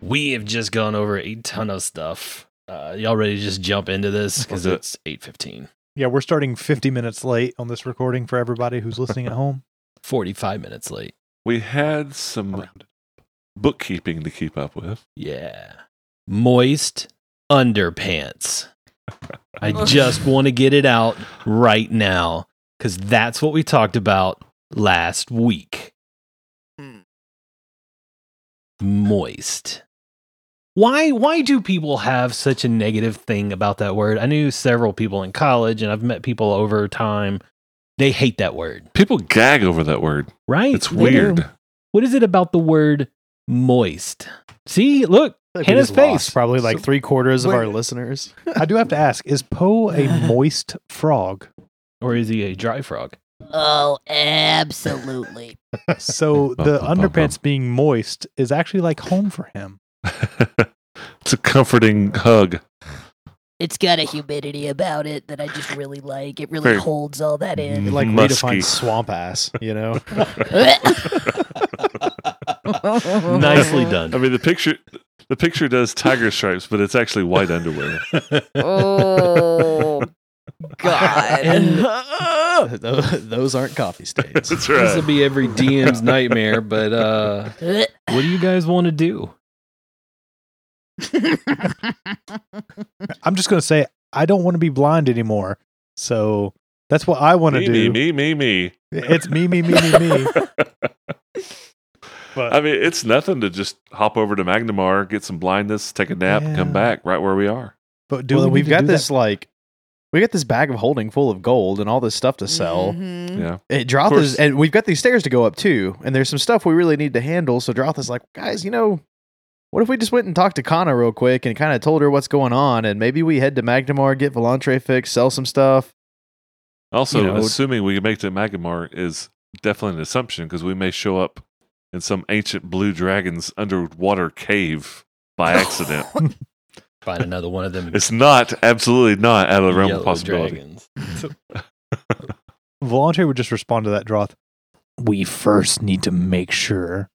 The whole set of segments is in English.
we have just gone over a ton of stuff. Uh, y'all ready to just jump into this because Let's do it. it's eight fifteen. Yeah, we're starting 50 minutes late on this recording for everybody who's listening at home. Forty five minutes late. We had some bookkeeping to keep up with. Yeah, moist underpants. I just want to get it out right now because that's what we talked about last week. Moist. Why why do people have such a negative thing about that word? I knew several people in college and I've met people over time. They hate that word, People gag over that word. right? It's They weird. do. What is it about the word moist? See, look, Like we Hannah's just lost face. probably like So- three quarters of our Wait. listeners. I do have to ask is Poe a moist frog? Or is he a dry frog? Oh, absolutely. So Bum, the bum, bum, underpants being moist is actually like home for him. it's a comforting hug. it's got a humidity about it that I just really like. It really Very- holds all that in. It like Musky. redefines swamp ass, you know? Nicely I done. mean, the picture the picture does tiger stripes, but it's actually white underwear. Oh God. Those aren't coffee stains. That's This will right. be every DM's nightmare, but uh what do you guys want to do? I'm just going to say, I don't want to be blind anymore. So that's what I want to Me, do. me, me, me, me. It's me, me, me, me, me. I mean, it's nothing to just hop over to Magnamar, get some blindness, take a nap, come Yeah. back right where we are. But do well, we we've got this That? like we got this bag of holding full of gold and all this stuff to Mm-hmm. sell. Mhm. Yeah. It Of Droth course. is, and we've got these stairs to go up too, and there's some stuff we really need to handle. So Droth is like, guys, you know, what if we just went and talked to Kana real quick and kind of told her what's going on, and maybe we head to Magnamar, get Volantre fixed, sell some stuff. Also, You know- assuming we make it to Magnamar is definitely an assumption because we may show up in some ancient blue dragon's underwater cave by accident. Find another one of them. it's not, absolutely not out of the realm yellow of possibility. dragons. Volante would just respond to that Droth. We first need to make sure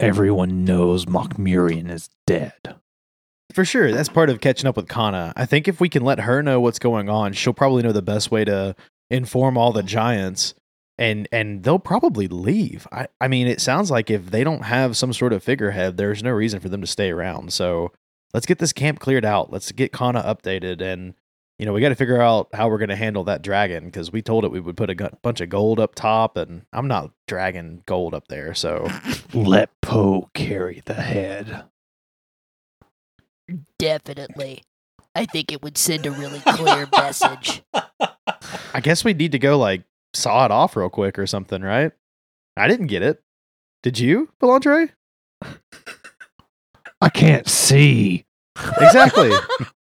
everyone knows Mokmurian is dead. For sure, that's part of catching up with Kana. I think if we can let her know what's going on, she'll probably know the best way to inform all the giants, and and they'll probably leave. I I mean, it sounds like if they don't have some sort of figurehead, there's no reason for them to stay around. So let's get this camp cleared out. Let's get Kana updated, and you know we got to figure out how we're going to handle that dragon because we told it we would put a gu- bunch of gold up top, and I'm not dragging gold up there, so. Let Poe carry the head. Definitely. I think it would send a really clear message. I guess we need to go like saw it off real quick or something, right? I didn't get it. Did you, Belandre? I can't see. Exactly.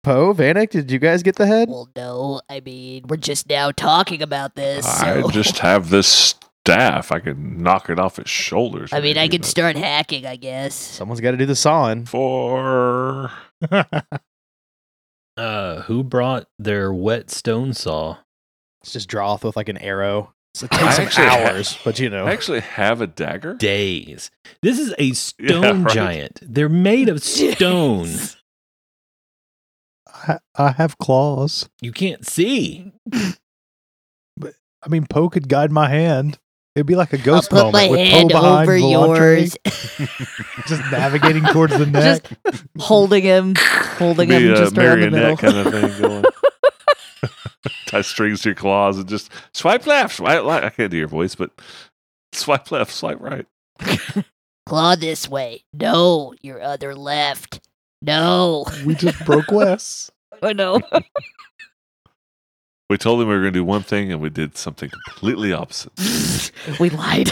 Poe, Vanek, did you guys get the head? Well, no, I mean, we're just now talking about this. I so- just have this staff. I can knock it off its shoulders. I mean, I maybe, could but- start hacking, I guess. Someone's got to do the sawing. for Uh who brought their wet stone saw? It's just draw with like an arrow. So it I takes some actually ha- hours, but you know. I actually have a dagger. Days. This is a stone right. giant. They're made of stone. Jeez. I, I have claws. You can't see. I mean, Poe could guide my hand. It'd be like a I'll ghost put moment my with Poe hand behind over Volantre, yours, just navigating towards the neck. Just holding him, holding Be him a just around the middle. marionette kind of thing going. Tie strings to your claws and just swipe left, swipe right. I can't do your voice, but swipe left, swipe right. claw this way. No, your other left. No. we just broke Wes. Oh no. We told them we were going to do one thing, and we did something completely opposite. we lied.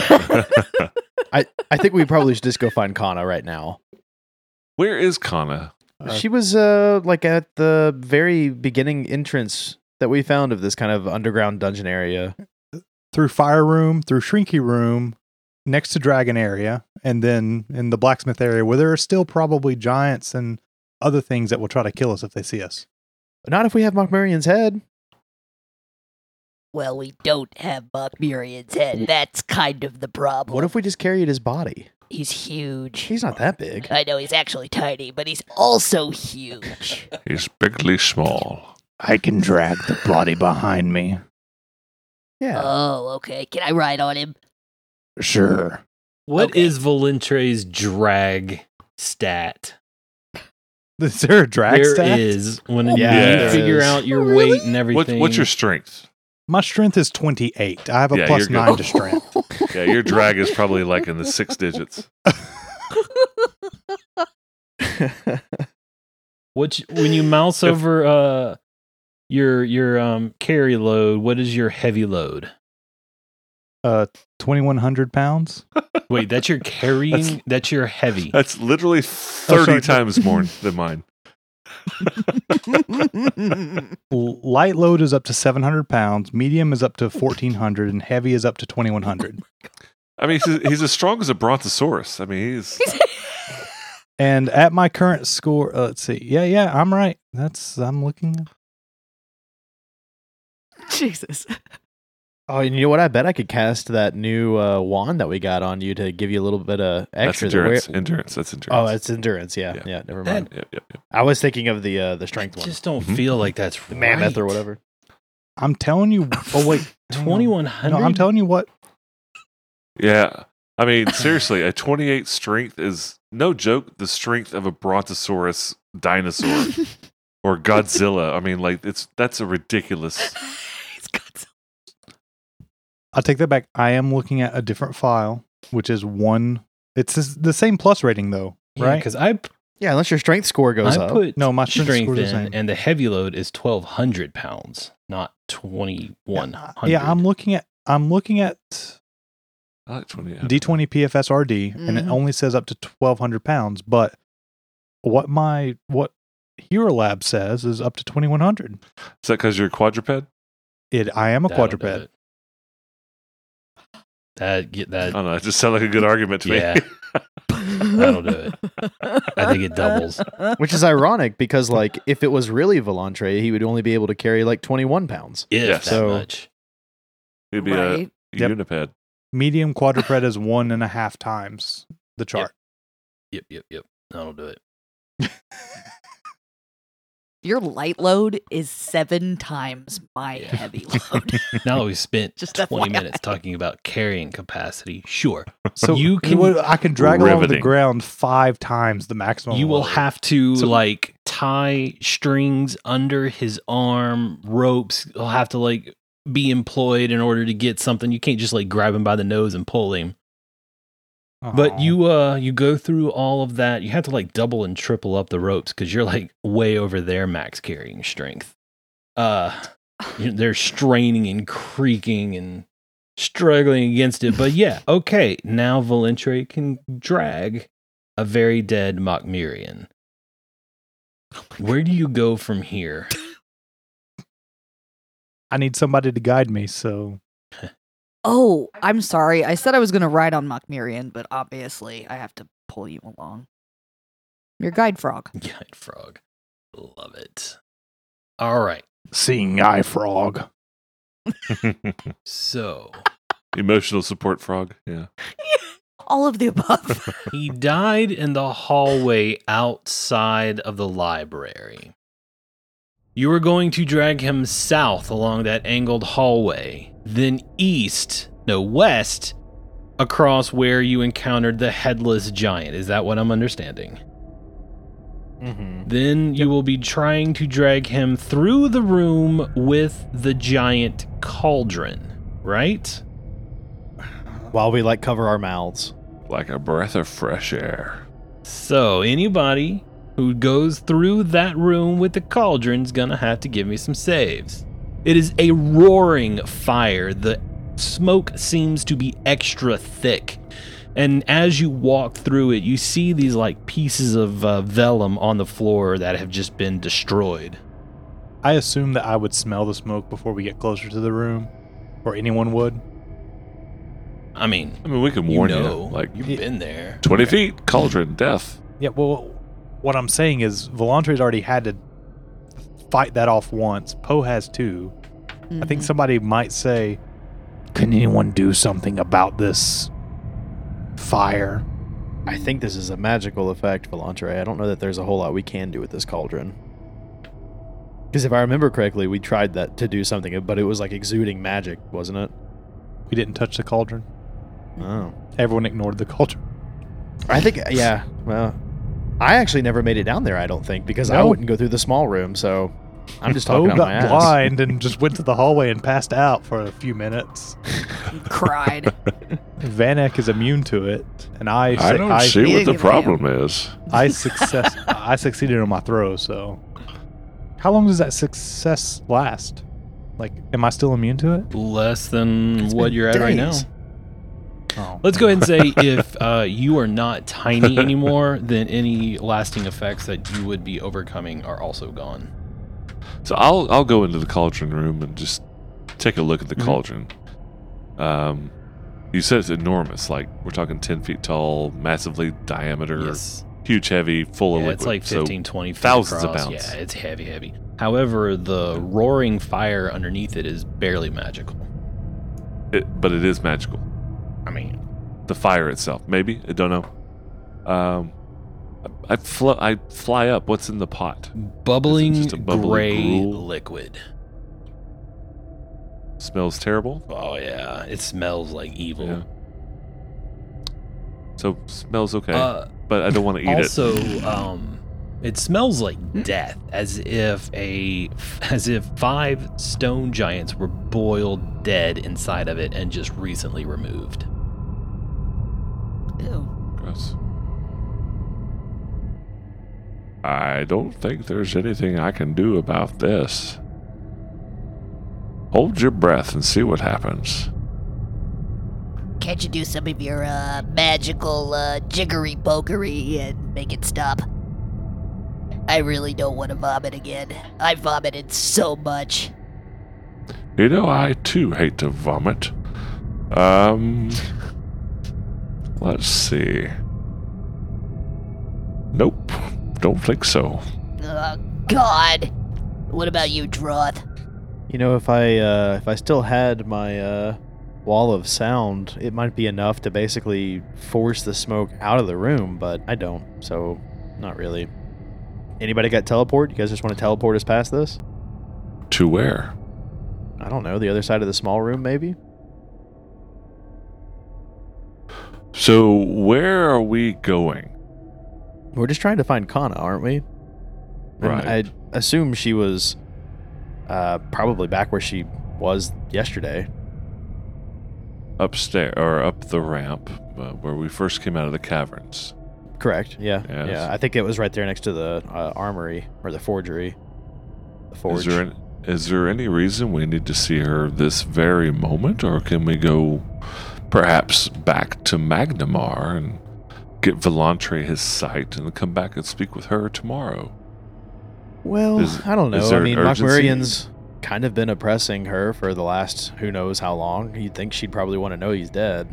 I, I think we probably should just go find Kana right now. Where is Kana? Uh, she was uh like at the very beginning entrance that we found of this kind of underground dungeon area. Through fire room, through shrinky room, next to dragon area, and then in the blacksmith area where there are still probably giants and other things that will try to kill us if they see us. Not if we have Mockmurian's head. Well, we don't have Mokmurian's head. That's kind of the problem. What if we just carried his body? He's huge. He's not that big. I know he's actually tiny, but he's also huge. He's bigly small. I can drag the body behind me. Yeah. Uh, Oh, okay. Can I ride on him? Sure. What Okay. is Valentre's drag stat? Is there a drag There stat? is when Oh, you yeah, there figure is. out your Oh, really? weight and What, everything. what's your strength? My strength is 28. I have a Yeah, you're plus good. nine to strength. Yeah, your drag is probably like in the six digits. What you- when you mouse If- over uh your your um carry load, what is your heavy load? Uh, 2,100 pounds? Wait, that's your carrying. that's, your heavy. That's literally 30 sorry. times more than mine. L- Light load is up to 700 pounds. Medium is up to 1,400. And heavy is up to 2,100. I mean, he's, he's as strong as a brontosaurus. I mean, he's And at my current score, uh, let's see. Yeah, yeah, I'm right. That's, I'm looking. Jesus. oh, and you know what? I bet I could cast that new uh, wand that we got on you to give you a little bit of that's extra. there. endurance. Where- Endurance. That's oh, endurance. it's endurance. Yeah, Yeah. yeah. never That- mind. Yep, yep, yep. I was thinking of the uh, the strength I one, just don't Mhm. feel like that's the mammoth or right. whatever. I'm telling you. Oh, wait. hang on. 2100 No, I'm telling you what. Yeah. I mean, seriously, a 28 strength is no joke the strength of a brontosaurus dinosaur or Godzilla. I mean, like it's that's a ridiculous. He's got I'll take that back. I am looking at a different file, which is one. It's this- the same plus rating, though, right? Because I, Yeah, unless your strength score goes I up. put No, my strength strength score's the in, same. and the heavy load is 1200 pounds, not 2100. Yeah, yeah, I'm looking at I'm looking at I like 28. D20 PFSRD, and it Mhm. only says up to 1,200 pounds. But what my what Hero Lab says is up to 2,100. Is that because you're a quadruped? It. I am a That'll do quadruped. it. That get I that. don't know. It just sounded like a good argument to Yeah. me. That'll do it. I think it doubles. Which is ironic because, like, if it was really Volantre, he would only be able to carry like 21 pounds. If Yeah, that so- much. It'd be right. a Yep. uniped. Medium quadruped is one and a half times the chart. Yep, yep, yep. That'll do it. Your light load is seven times my Yeah. heavy load. Now that we've spent Just 20 FYI. minutes talking about carrying capacity, sure. So You you can- can I can drag along the Riveting. ground five times the maximum. you will load. have to Oh, So- like tie strings under his arm, ropes. He'll have to like be employed in order to get something. You can't just like grab him by the nose and pull him. But Aw. you uh you go through all of that. You have to like double and triple up the ropes because you're like way over their max carrying strength. Uh you- they're straining and creaking and struggling against it. But yeah, okay. Now Valentre can drag a very dead Machmirian. Where do you go from here? I need somebody to guide me. So oh, I'm sorry. I said I was going to ride on Machmirian, but obviously I have to pull you along. Your guide frog. Giant frog. Love it. All right. seeing eye frog. So Emotional support frog. Yeah. All of the above. He died in the hallway outside of the library. You were going to drag him south along that angled hallway, then east, no, west, across where you encountered the headless giant. Is that what I'm understanding? Mm-hmm. Then you will be trying to drag him through the room with the giant cauldron, right? While we like cover our mouths. Like a breath of fresh air. So anybody who goes through that room with the cauldron's gonna have to give me some saves. It is a roaring fire. The smoke seems to be extra thick. And as you walk through it, you see these like pieces of uh, vellum on the floor that have just been destroyed. I assume that I would smell the smoke before we get closer to the room, or anyone would. I mean, I mean, we can you warn you. know, Like you've been there. 20 feet, cauldron, death. Yeah. Well, what I'm saying is, Volantre's already had to fight that off once. Poe has 2 I Mm-hmm. think somebody might say, "Can anyone do something about this fire?" I think this is a magical effect, Volantre. I don't know that there's a whole lot we can do with this cauldron. Because if I remember correctly, we tried that to do something, but it was like exuding magic, wasn't it? We didn't touch the cauldron. Oh. Everyone ignored the cauldron. I think, uh, yeah. Well, I actually never made it down there, I don't think, because I No. Oh, wouldn't go through the small room, so I'm just Bo talking out my got ass. blind and just went to the hallway and passed out for a few minutes. Cried. Vanek is immune to it, and I I su- don't I, see He what didn't the give a damn. problem is. I success I succeeded on my throw. So, how long does that success last? Like, am I still immune to it? Less than It's what been you're at right now. days. Oh. Let's go ahead and say if uh, you are not tiny anymore, then any lasting effects that you would be overcoming are also gone. So I'll I'll go into the cauldron room and just take a look at the Mhm. cauldron. Um, you said it's enormous. Like we're talking ten feet tall, massively diameter, Yes. huge, heavy, full of Yeah, liquid. it's like So 15, 20 feet thousands of across. pounds. Yeah, it's heavy, heavy. However, the roaring fire underneath it is barely magical. it- but it is magical. I mean, The fire itself, maybe I don't know. Um, I I, fl- I fly up. What's in the pot? bubbling just a bubbly gray gruel? liquid. Smells terrible. Oh yeah, it smells like evil. Yeah. So smells okay, Uh, but I don't want to eat it. also, um, it smells like death, as if a as if five stone giants were boiled dead inside of it and just recently removed. Ew. Gross. I don't think there's anything I can do about this. Hold your breath and see what happens. Can't you do some of your uh, magical uh, jiggery pokery and make it stop? I really don't want to vomit again. I vomited so much. You know, I too hate to vomit. Um. Let's see. Nope. Don't think so. Oh, God. What about you, Droth? You know, if I uh, if I still had my uh, wall of sound, it might be enough to basically force the smoke out of the room, but I don't, so not really. Anybody got teleport? You guys just want to teleport us past this? To where? I don't know, the other side of the small room, maybe. So, where are we going? We're just trying to find Kana, aren't we? And Right. I assume she was uh, probably back where she was yesterday. Upstairs, or up the ramp, uh, where we first came out of the caverns. Correct. Yeah. Yes. Yeah. I think it was right there next to the uh, armory or the forgery. The forge. Is there, an, is there any reason we need to see her this very moment, or can we go perhaps back to Magnamar and get Volantre his sight and come back and speak with her tomorrow? Well, Is- I don't is know. I there an mean, urgency? Machmurian's kind of been oppressing her for the last who knows how long. You'd think she'd probably want to know he's dead.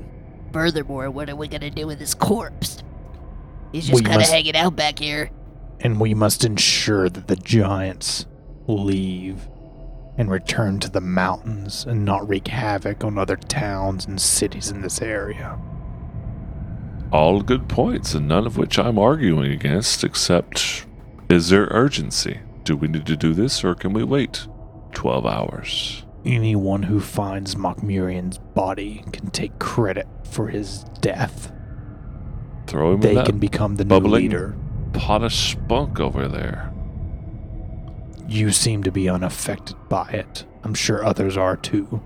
Furthermore, what are we going to do with this corpse? He's just We kind of must- hanging out back here. And we must ensure that the giants leave and return to the mountains and not wreak havoc on other towns and cities in this area. All good points, and none of which I'm arguing against, except is there urgency? Do we need to do this, or can we wait 12 hours? Anyone who finds Mokmurian's body can take credit for his death. Throw him in They that can become the bubbling- new leader. pot of spunk over there. You seem to be unaffected by it. I'm sure others are too.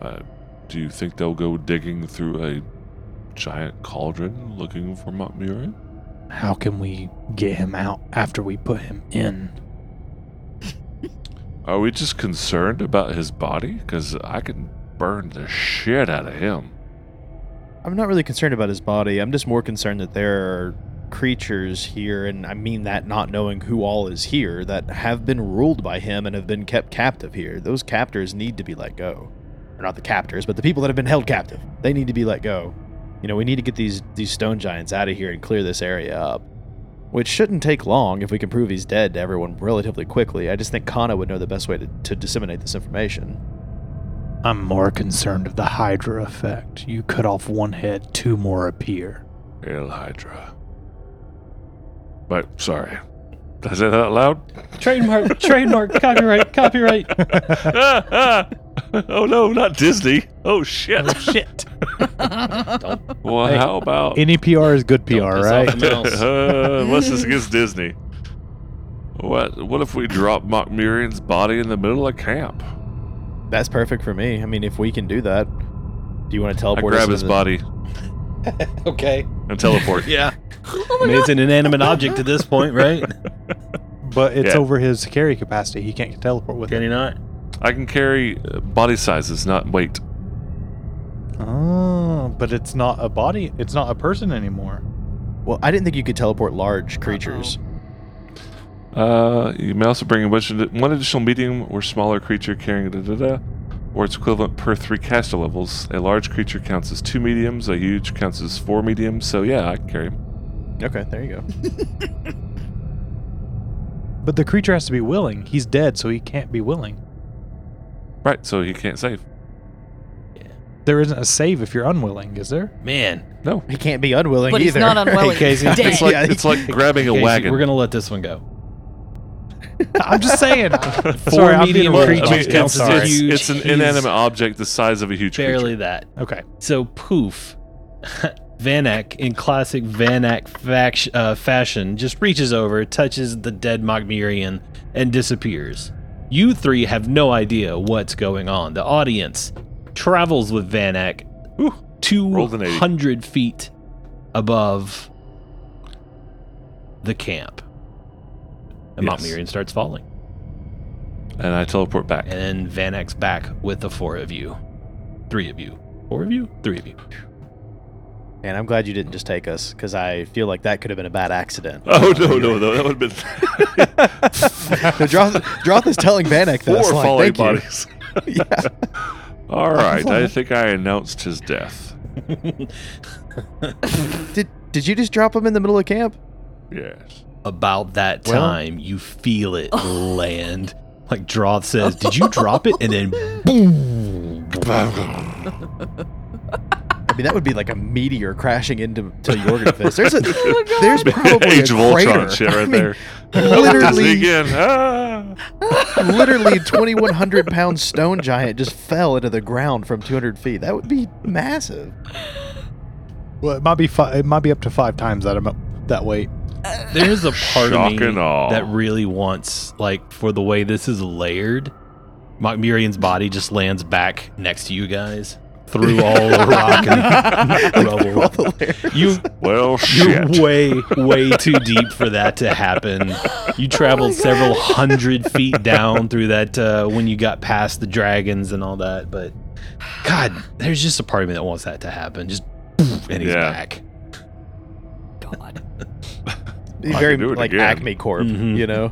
Uh, do you think they'll go digging through a giant cauldron looking for Montmurian? How can we get him out after we put him in? Are we just concerned about his body? Because I can burn the shit out of him. I'm not really concerned about his body. I'm just more concerned that there are creatures here, and I mean that not knowing who all is here, that have been ruled by him and have been kept captive here. Those captors need to be let go. Or not the captors, but the people that have been held captive. They need to be let go. You know, we need to get these these stone giants out of here and clear this area up. Which shouldn't take long if we can prove he's dead to everyone relatively quickly. I just think Kana would know the best way to, to disseminate this information. I'm more concerned of the Hydra effect. You cut off one head, two more appear. El Hydra. But sorry. Did I say that out loud? Trademark, trademark, copyright, copyright. Ah, ah. Oh no, not Disney. Oh shit. Shit. Well, Hey, how about Any PR is good PR, Don't piss off right? the mouse. uh, unless this against Disney. What what if we drop Mockmirian's body in the middle of camp? That's perfect for me. I mean, if we can do that, do you want to I teleport? us grab into his the- body okay. and teleport. Yeah. Oh I mean, it's an inanimate object at this point, right? But it's Yeah. over his carry capacity. He can't teleport with Can it. you not? I can carry uh, body sizes, not weight. Oh, but it's not a body. It's not a person anymore. Well, I didn't think you could teleport large creatures. Uh, you may also bring in which- one additional medium or smaller creature carrying da da da, or its equivalent per three caster levels. A large creature counts as two mediums, a huge counts as four mediums, so yeah, I can carry him. Okay, there you go. But the creature has to be willing. He's dead, so he can't be willing. Right, so he can't save. There isn't a save if you're unwilling, is there? Man. No. He can't be unwilling But he's either. not unwilling. Casey. He's It's dead. like, Yeah, it's like grabbing a Casey, wagon. We're going to let this one go. I'm just saying. Four Sorry, I'm being medium a little- creatures I'm being- I'm counts as sorry. a huge. It's an He's inanimate object the size of a huge Barely creature. that. Okay. So poof, Vanak in classic Vanak fac- uh, fashion just reaches over, touches the dead Mogmirian, and disappears. You three have no idea what's going on. The audience travels with Vanak rolled an 80. 200 feet above the camp. And Yes. Mogmirian starts falling. And I teleport back. And then Vanak's back with the four of you. Three of you. Four of you? Three of you. And I'm glad you didn't just take us because I feel like that could have been a bad accident. Oh no no no! That would have been Droth, Droth is telling Vanek four this. falling Like, Thank you. bodies. All right, I think I announced his death. Did Did you just drop him in the middle of camp? Yes. About that time, you feel it land. Like Droth says, Did you drop it? And then boom. I mean, that would be like a meteor crashing into to Jorgenfist. There's Oh a there's probably Age a of Ultron crater. shit Oh, I right mean, there. Disney Literally, again. Ah. literally, 2,100 pound stone giant just fell into the ground from 200 feet. That would be massive. Well, it might be fi- it might be up to five times that amount that weight. There's a part Shock of me and awe. that really wants, like, for the way this is layered, Mirian's body just lands back next to you guys through all the rock and All rubble. the layers. You Well, You're shit. way, way too deep for that to happen. You traveled several hundred feet down through that uh, when you got past the dragons and all that. But God, there's just a part of me that wants that to happen. Just poof, and he's Yeah. back. God. Be can very do it like again. Acme Corp, Mhm. you know.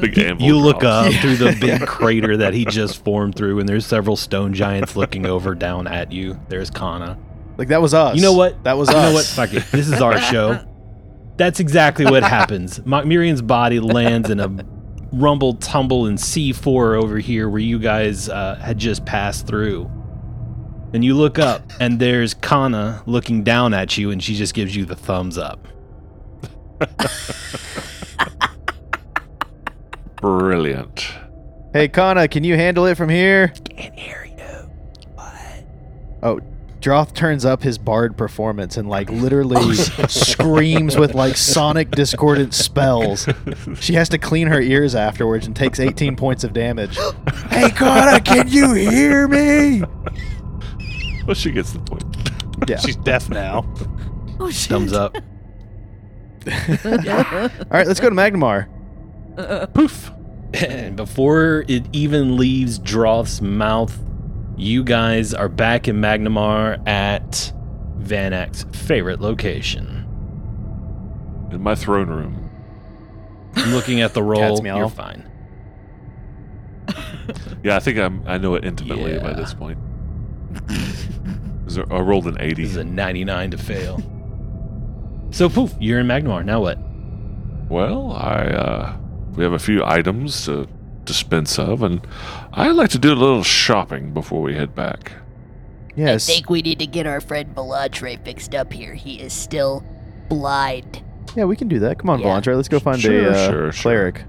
Big anvil You look drops. up through the big crater that he just formed through, and there's several stone giants looking over down at you. There's Kana. Like that was us. You know what? That was You us. know what? Fuck it. This is our show. That's exactly what happens. Mirian's body lands in a rumble, tumble, and C4 over here where you guys uh, had just passed through. And you look up, and there's Kana looking down at you, and she just gives you the thumbs up. Brilliant. Hey, Kana, can you handle it from here? Oh, Can't hear you. Droth turns up his bard performance and like literally screams with like sonic discordant spells. She has to clean her ears afterwards and takes 18 points of damage. hey, Kana, can you hear me? Well, she gets the point. Yeah. She's deaf now. Oh shit. Thumbs up. All right, let's go to Magnamar. Poof. And before it even leaves Droth's mouth, you guys are back in Magnamar at Vanak's favorite location. In my throne room. I'm looking at the roll. Cat's meow. You're fine. Yeah, I think I'm. I know it intimately by Yeah. this point. Is there- I rolled an eighty. This is a 99 to fail. so poof, you're in Magnamar. Now what? Well, I uh, we have a few items to dispense of, and I'd like to do a little shopping before we head back. Yes. I think we need to get our friend Belatre fixed up here. He is still blind. yeah, we can do that. Come on, Yeah. Volantre. Let's go find Sure, a uh, sure, sure. cleric.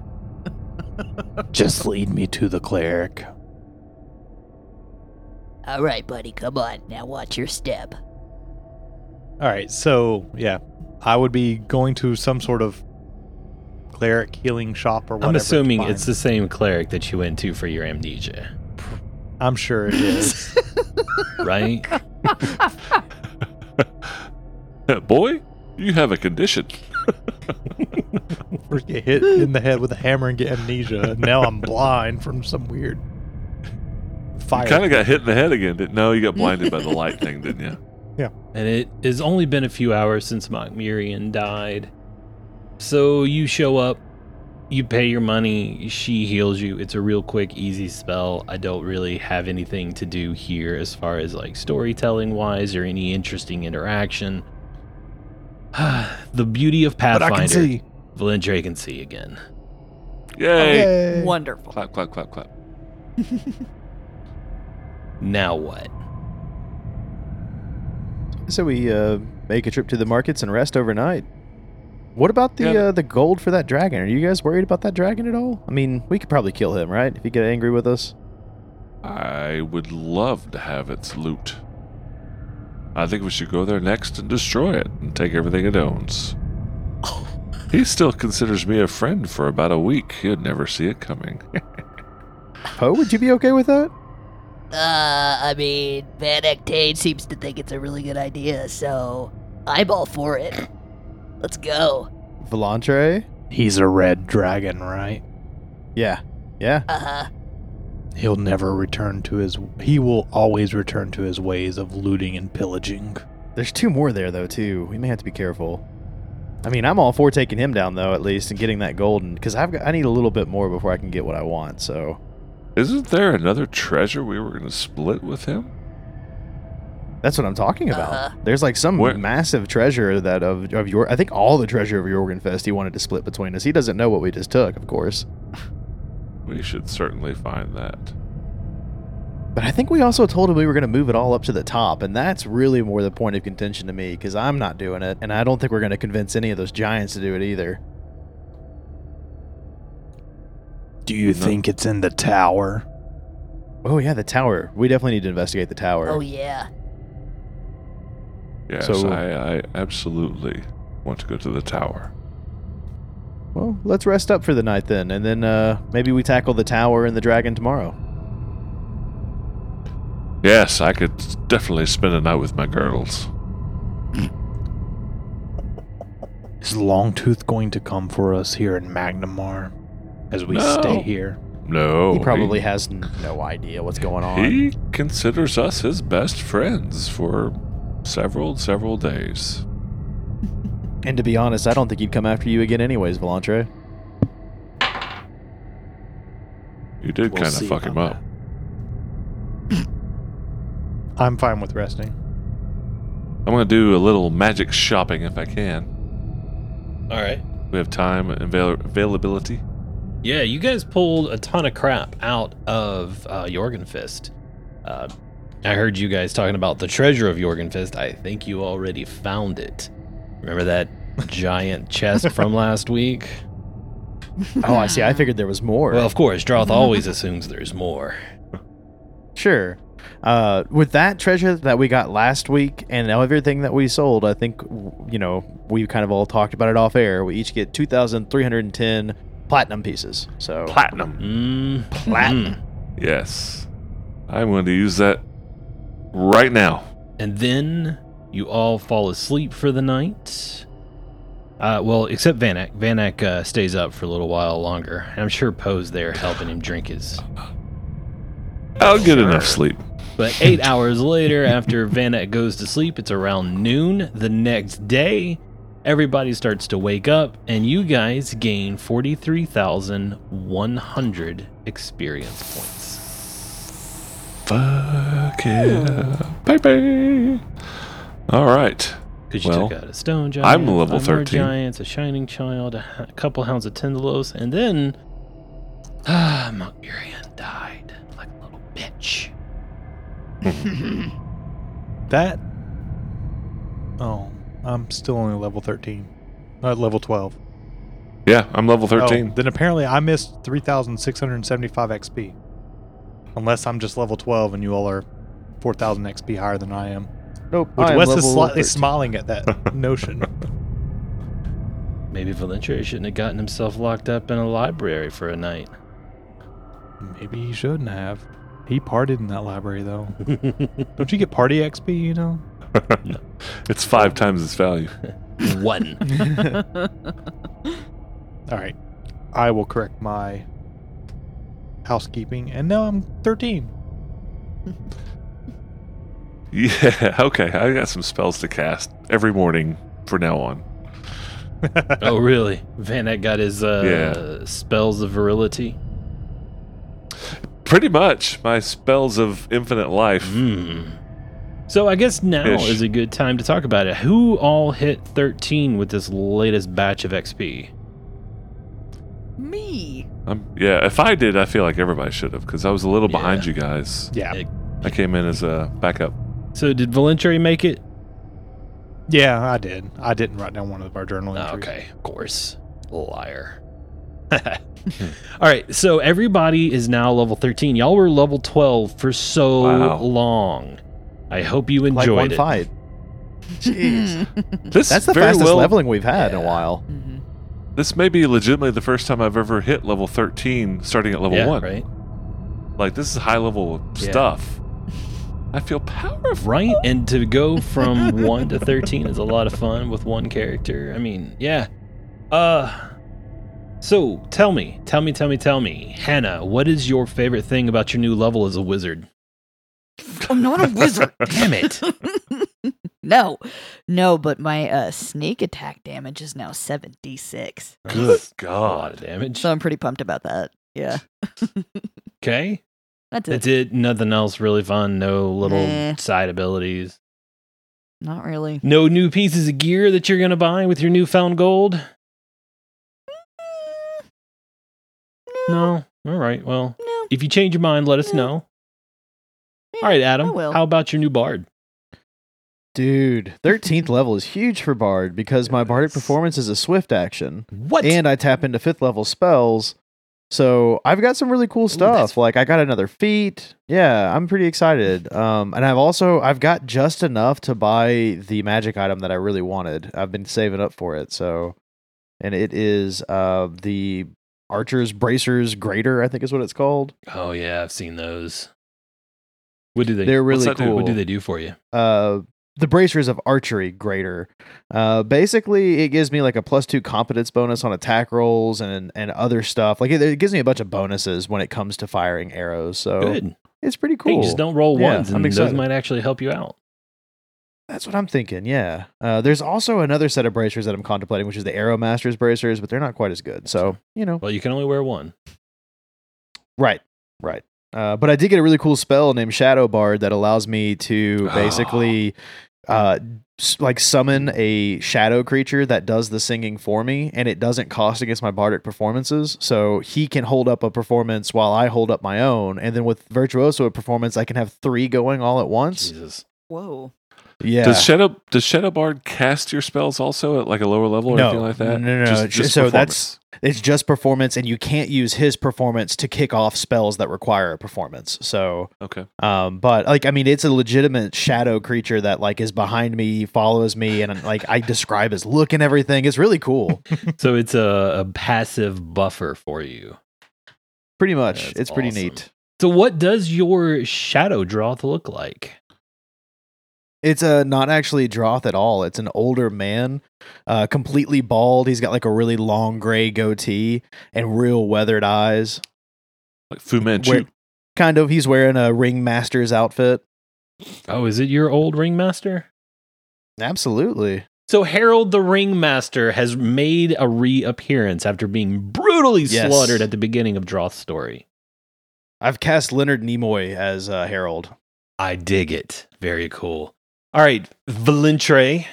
Just lead me to the cleric. All right, buddy, come on. Now watch your step. All right, so yeah, I would be going to some sort of cleric healing shop or whatever. I'm to assuming find- it's the same cleric that you went to for your amnesia, I'm sure it is. right? Boy, you have a condition. First get hit in the head with a hammer and get amnesia. and now I'm blind from some weird fire. You kind of got hit in the head again, didn't? No, you got blinded by the light thing, didn't you? and it has only been a few hours since Mokmirian died. So you show up, you pay your money, she heals you. It's a real quick, easy spell. I don't really have anything to do here as far as like storytelling wise or any interesting interaction. the beauty of but Pathfinder. I can see. Valentre can see again. Yay! Yay. Wonderful. Uh, Clap, clap, clap, clap. Now what? So we uh, make a trip to the markets and rest overnight. What about the Yeah. uh, the gold for that dragon? Are you guys worried about that dragon at all? I mean, we could probably kill him, right? If he get angry with us. I would love to have its loot. I think we should go there next and destroy it and take everything it owns. He still considers me a friend for about a week. He'd never see it coming. Poe, would you be okay with that? Uh, I mean, Van Actane seems to think it's a really good idea, so I'm all for it. Let's go. Volantre? He's a red dragon, right? Yeah. Yeah. Uh huh. He'll never return to his. He will always return to his ways of looting and pillaging. There's two more there though too. We may have to be careful. I mean, I'm all for taking him down though, at least, and getting that golden because I've got I need a little bit more before I can get what I want. So Isn't there another treasure we were going to split with him? that's what I'm talking about. Uh-huh. There's like some Where- massive treasure that of of your I think all the treasure of Jorgenfest he wanted to split between us. He doesn't know what we just took, of course. We should certainly find that. But I think we also told him we were going to move it all up to the top, and that's really more the point of contention to me because I'm not doing it, and I don't think we're going to convince any of those giants to do it either. Do you think it's in the tower? Oh yeah, the tower. We definitely need to investigate the tower. Oh, yeah. Yes, So- I, I absolutely want to go to the tower. Well, let's rest up for the night then, and then uh, maybe we tackle the tower and the dragon tomorrow. Yes, I could definitely spend a night with my girls. Is Longtooth going to come for us here in Magnamar as we No. stay here? No, he probably has n- no idea what's going on. He considers us his best friends for several, several days. And to be honest, I don't think he'd come after you again, anyways, Volantre. You did We'll kind see of fuck him about up. I'm fine with resting. I'm going to do a little magic shopping if I can. All right. We have time and avail- availability. Yeah, you guys pulled a ton of crap out of uh, Jorgenfist. Uh, I heard you guys talking about the treasure of Jorgenfist. I think you already found it. Remember that giant chest from last week? Oh, I see. I figured there was more. Well, of course, Droth always assumes there's more. sure. Uh, with that treasure that we got last week and now everything that we sold, I think w- you know we kind of all talked about it off air. We each get two thousand three hundred ten platinum pieces. So Platinum. Mm, platinum. mm. Yes. I'm going to use that right now. And then you all fall asleep for the night. Uh, well, except Vanek. Vanek uh, stays up for a little while longer. And I'm sure Poe's there helping him drink his I'll get enough sleep. But eight hours later, after Vanek goes to sleep, it's around noon the next day. Everybody starts to wake up, and you guys gain 43,100 experience points. Fuck yeah. Baby. All right. Because you Well, took out a stone giant, I'm level five more 13. giants, a shining child, a h- couple hounds of Tendalos, and then Ah, Mokmirian died like a little bitch. That. Oh, I'm still only level 13. uh, Not level 12. Yeah, I'm level Oh, 13. then apparently I missed 3,675 XP. Unless I'm just level 12 and you all are 4,000 XP higher than I am. Nope. Which I am Wes is level slightly 13. smiling at that notion. Maybe Valentria shouldn't have gotten himself locked up in a library for a night. Maybe he shouldn't have. He partied in that library though. Don't you get party XP, you know? It's five times its value. One. All right. I will correct my housekeeping and now I'm 13. Yeah, okay. I got some spells to cast every morning for now on. oh, really? Vanek got his uh, spells of virility. Pretty much my spells of infinite life. Mm-hmm. Hmm. So I guess now Ish. is a good time to talk about it. Who all hit 13 with this latest batch of XP? Me. Um, yeah, if I did, I feel like everybody should have because I was a little behind Yeah. you guys. Yeah. I came in as a backup. So did Valentria make it? Yeah, I did. I didn't write down one of our journal Oh, entries. okay, of course. Liar. Hmm. All right, so everybody is now level 13. Y'all were level 12 for so Wow. long. I hope you like enjoyed one it. fight. Hmm. Hmm. Jeez. This That's the very fastest well- leveling we've had in a Yeah. while. Mm-hmm. Mhm. This may be legitimately the first time I've ever hit level 13 starting at level yeah, 1. right? Like, this is high level Yeah. stuff. I feel powerful. Right? And to go from 1 to 13 is a lot of fun with one character. I mean, yeah. Uh So, tell me, tell me, tell me, tell me. Hannah, what is your favorite thing about your new level as a wizard? I'm not a wizard. Damn it. no, no, but my uh, sneak attack damage is now 7d6. Good A lot of God. damage. So I'm pretty pumped about that. Yeah. Okay. That's it. That's it. Nothing else really fun. No little Nah. side abilities. Not really. No new pieces of gear that you're gonna buy with your newfound gold. No. All right. Well, No. if you change your mind, let us No. know. All right, Adam. Hmm. I will. How about your new bard? Dude, 13th level is huge for Bard because my Bardic performance is a swift action. What? And I tap into fifth level spells. So I've got some really cool stuff. that's- like I got another feat. Yeah, I'm pretty excited. Um, and I've also I've got just enough to buy the magic item that I really wanted. I've been saving up for it. So, and it is uh the Archer's Bracers Greater, I think is what it's called. oh yeah, I've seen those. What do they? They're what's really that do? What do cool. they do for you? uh the bracers of archery greater uh basically it gives me like a plus two competence bonus on attack rolls and and other stuff like it, it gives me a bunch of bonuses when it comes to firing arrows so Good. it's pretty Hey, cool just don't roll Yeah, ones, I'm and those excited. might actually help you out. that's what i'm thinking yeah uh there's also another set of bracers that i'm contemplating which is the arrow masters bracers but they're not quite as good so you know Well, you can only wear one. Right, right. Uh, but I did get a really cool spell named Shadow Bard that allows me to basically uh, s- like summon a shadow creature that does the singing for me, and it doesn't cost against my bardic performances. So he can hold up a performance while I hold up my own, and then with virtuoso performance, I can have three going all at once. Jesus. Whoa. Yeah. Does Shadow does Shadow Bard cast your spells also at like a lower level or No. anything like that? No, no, no. So performance. that's- it's just performance, and you can't use his performance to kick off spells that require a performance. So okay. Um, but like, I mean, it's a legitimate shadow creature that like is behind me, follows me, and like I describe his look and everything. It's really cool. So it's a, a passive buffer for you. Pretty much, That's it's pretty awesome. neat. So what does your shadow droth look like? It's a not actually Droth at all. It's an older man, uh, completely bald. He's got like a really long gray goatee and real weathered eyes. Like Fu Manchu. Where- kind of. He's wearing a ringmaster's outfit. Oh, is it your old ringmaster? Absolutely. So Harold the Ringmaster has made a reappearance after being brutally Yes. slaughtered at the beginning of Droth's story. I've cast Leonard Nimoy as uh, Harold. I dig it. Very cool. All right, Valentre.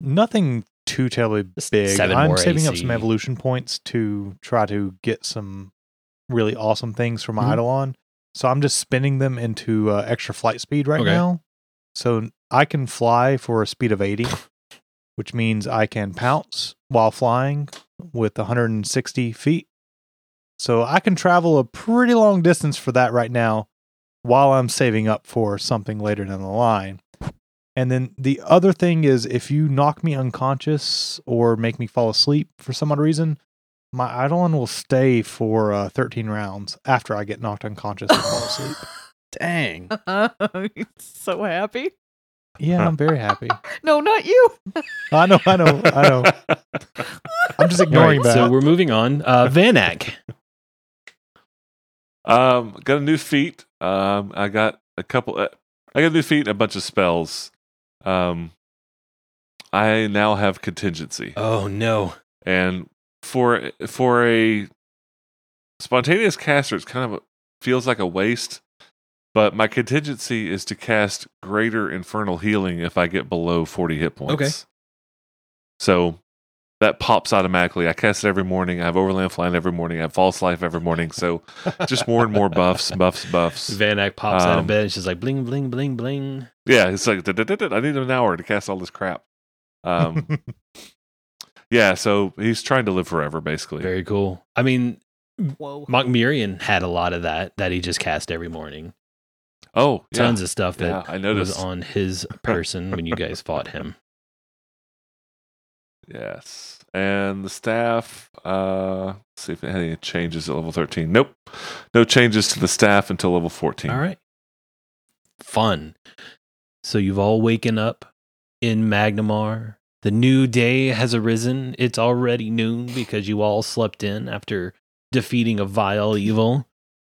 Nothing too terribly Just big. seven I'm more saving up some AC. evolution points to try to get some really awesome things from Mhm. Eidolon. So I'm just spinning them into uh, extra flight speed right Okay. now. So I can fly for a speed of 80, which means I can pounce while flying with 160 feet. So I can travel a pretty long distance for that right now while I'm saving up for something later down the line. And then the other thing is if you knock me unconscious or make me fall asleep for some odd reason, my Eidolon will stay for uh, 13 rounds after I get knocked unconscious and Oh, fall asleep. Dang. so happy. Yeah, I'm very happy. No, not you. I know, I know, I know. I'm just All ignoring right, that. so we're moving on. Uh, Vanak. Um, got a new feat. Um, I got a couple. Uh, I got a new feat and a bunch of spells. Um, I now have contingency, Oh no. and for for a spontaneous caster, it's kind of a, feels like a waste. But my contingency is to cast greater infernal healing if I get below forty hit points. Okay. So that pops automatically. I cast it every morning. I have overland flying every morning. I have false life every morning. So just more and more buffs, buffs, buffs. Vanak pops out Um, of bed and she's like bling bling bling bling. Yeah, it's like "Da-da-da-da, I need an hour to cast all this crap. Um, yeah, so he's trying to live forever, basically. Very cool. I mean, Whoa. Mockmirian had a lot of that that he just cast every morning. oh, yeah, Tons of stuff yeah, that I was noticed. on his person when you guys fought him. Yes, and the staff. Uh, let's see if it had any changes at level thirteen. Nope, no changes to the staff until level fourteen. All right. Fun. So you've all waken up in Magnamar. The new day has arisen. It's already noon because you all slept in after defeating a vile evil.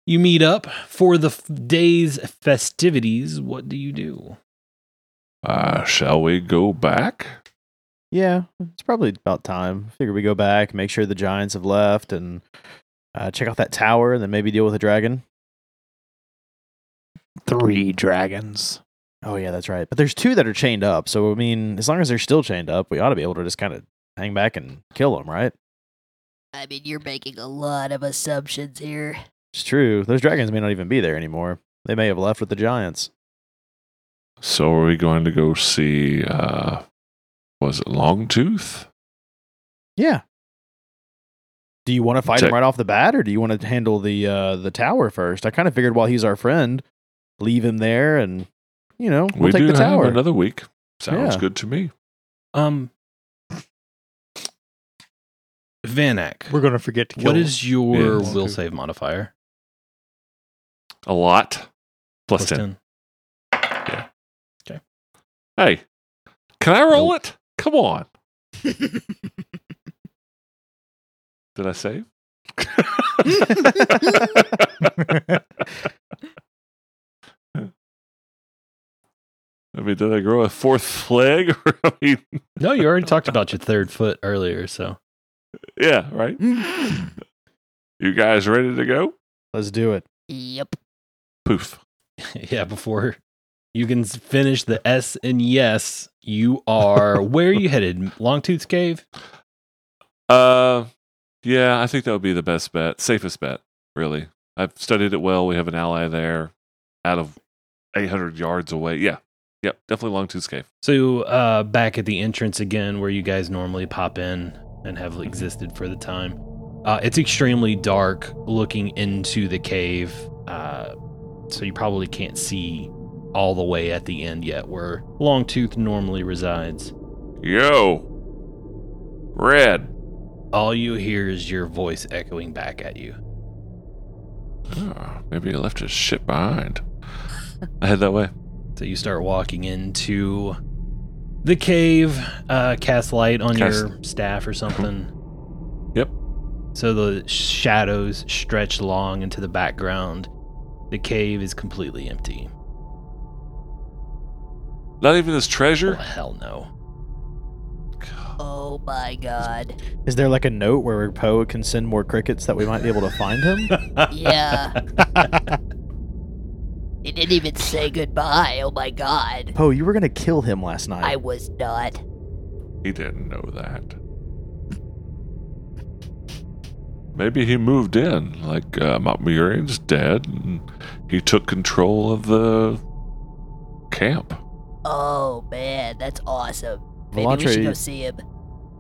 You meet up for the f- day's festivities. What do you do? Uh, shall we go back? Yeah, it's probably about time. Figure we go back, make sure the giants have left, and uh, check out that tower, and then maybe deal with a dragon. Three dragons. Oh yeah, that's right. But there's two that are chained up, so I mean, as long as they're still chained up, we ought to be able to just kind of hang back and kill them, right? I mean, you're making a lot of assumptions here. It's true. Those dragons may not even be there anymore. They may have left with the giants. So are we going to go see? Uh, was it Longtooth? Yeah. Do you want to fight Check. him right off the bat, or do you want to handle the uh, the tower first? I kind of figured while he's our friend, leave him there, and you know we'll we take do the tower. have another week. Sounds Yeah. good to me. Um Vanak, we're going to forget to kill what is your Yes. will save modifier? A lot. Plus, Plus 10. Hey, can I roll it? Come on. Did I save? I mean, did I grow a fourth leg? I mean, No, you already talked about your third foot earlier, so yeah, right? You guys ready to go? Let's do it. Yep. Poof. yeah, before you can s- finish the S and yes, you are where are you headed? Longtooth's cave? Uh, yeah, I think that would be the best bet, safest bet, really. I've studied it well. We have an ally there out of 800 yards away. Yeah. Yep. Definitely Long Tooth's Cave. So uh back at the entrance again where you guys normally pop in and have existed for the time. Uh it's extremely dark looking into the cave. Uh so you probably can't see all the way at the end yet where Longtooth normally resides. Yo. Red. All you hear is your voice echoing back at you. Oh, maybe you left his shit behind. I head that way. So you start walking into the cave, uh, cast light on Cast- your staff or something. Yep. So the shadows stretch long into the background. The cave is completely empty. Not even his Oh, treasure? hell no. Oh my god. Is there like a note where Poe can send more crickets that we might be able to find him? Yeah. It didn't even say goodbye. Oh my god. Poe, you were gonna kill him last night. I was not. He didn't know that. Maybe he moved in, like uh, Montmirain's dead, and he took control of the camp. Oh man, that's awesome. Maybe we should go Volantre, see him.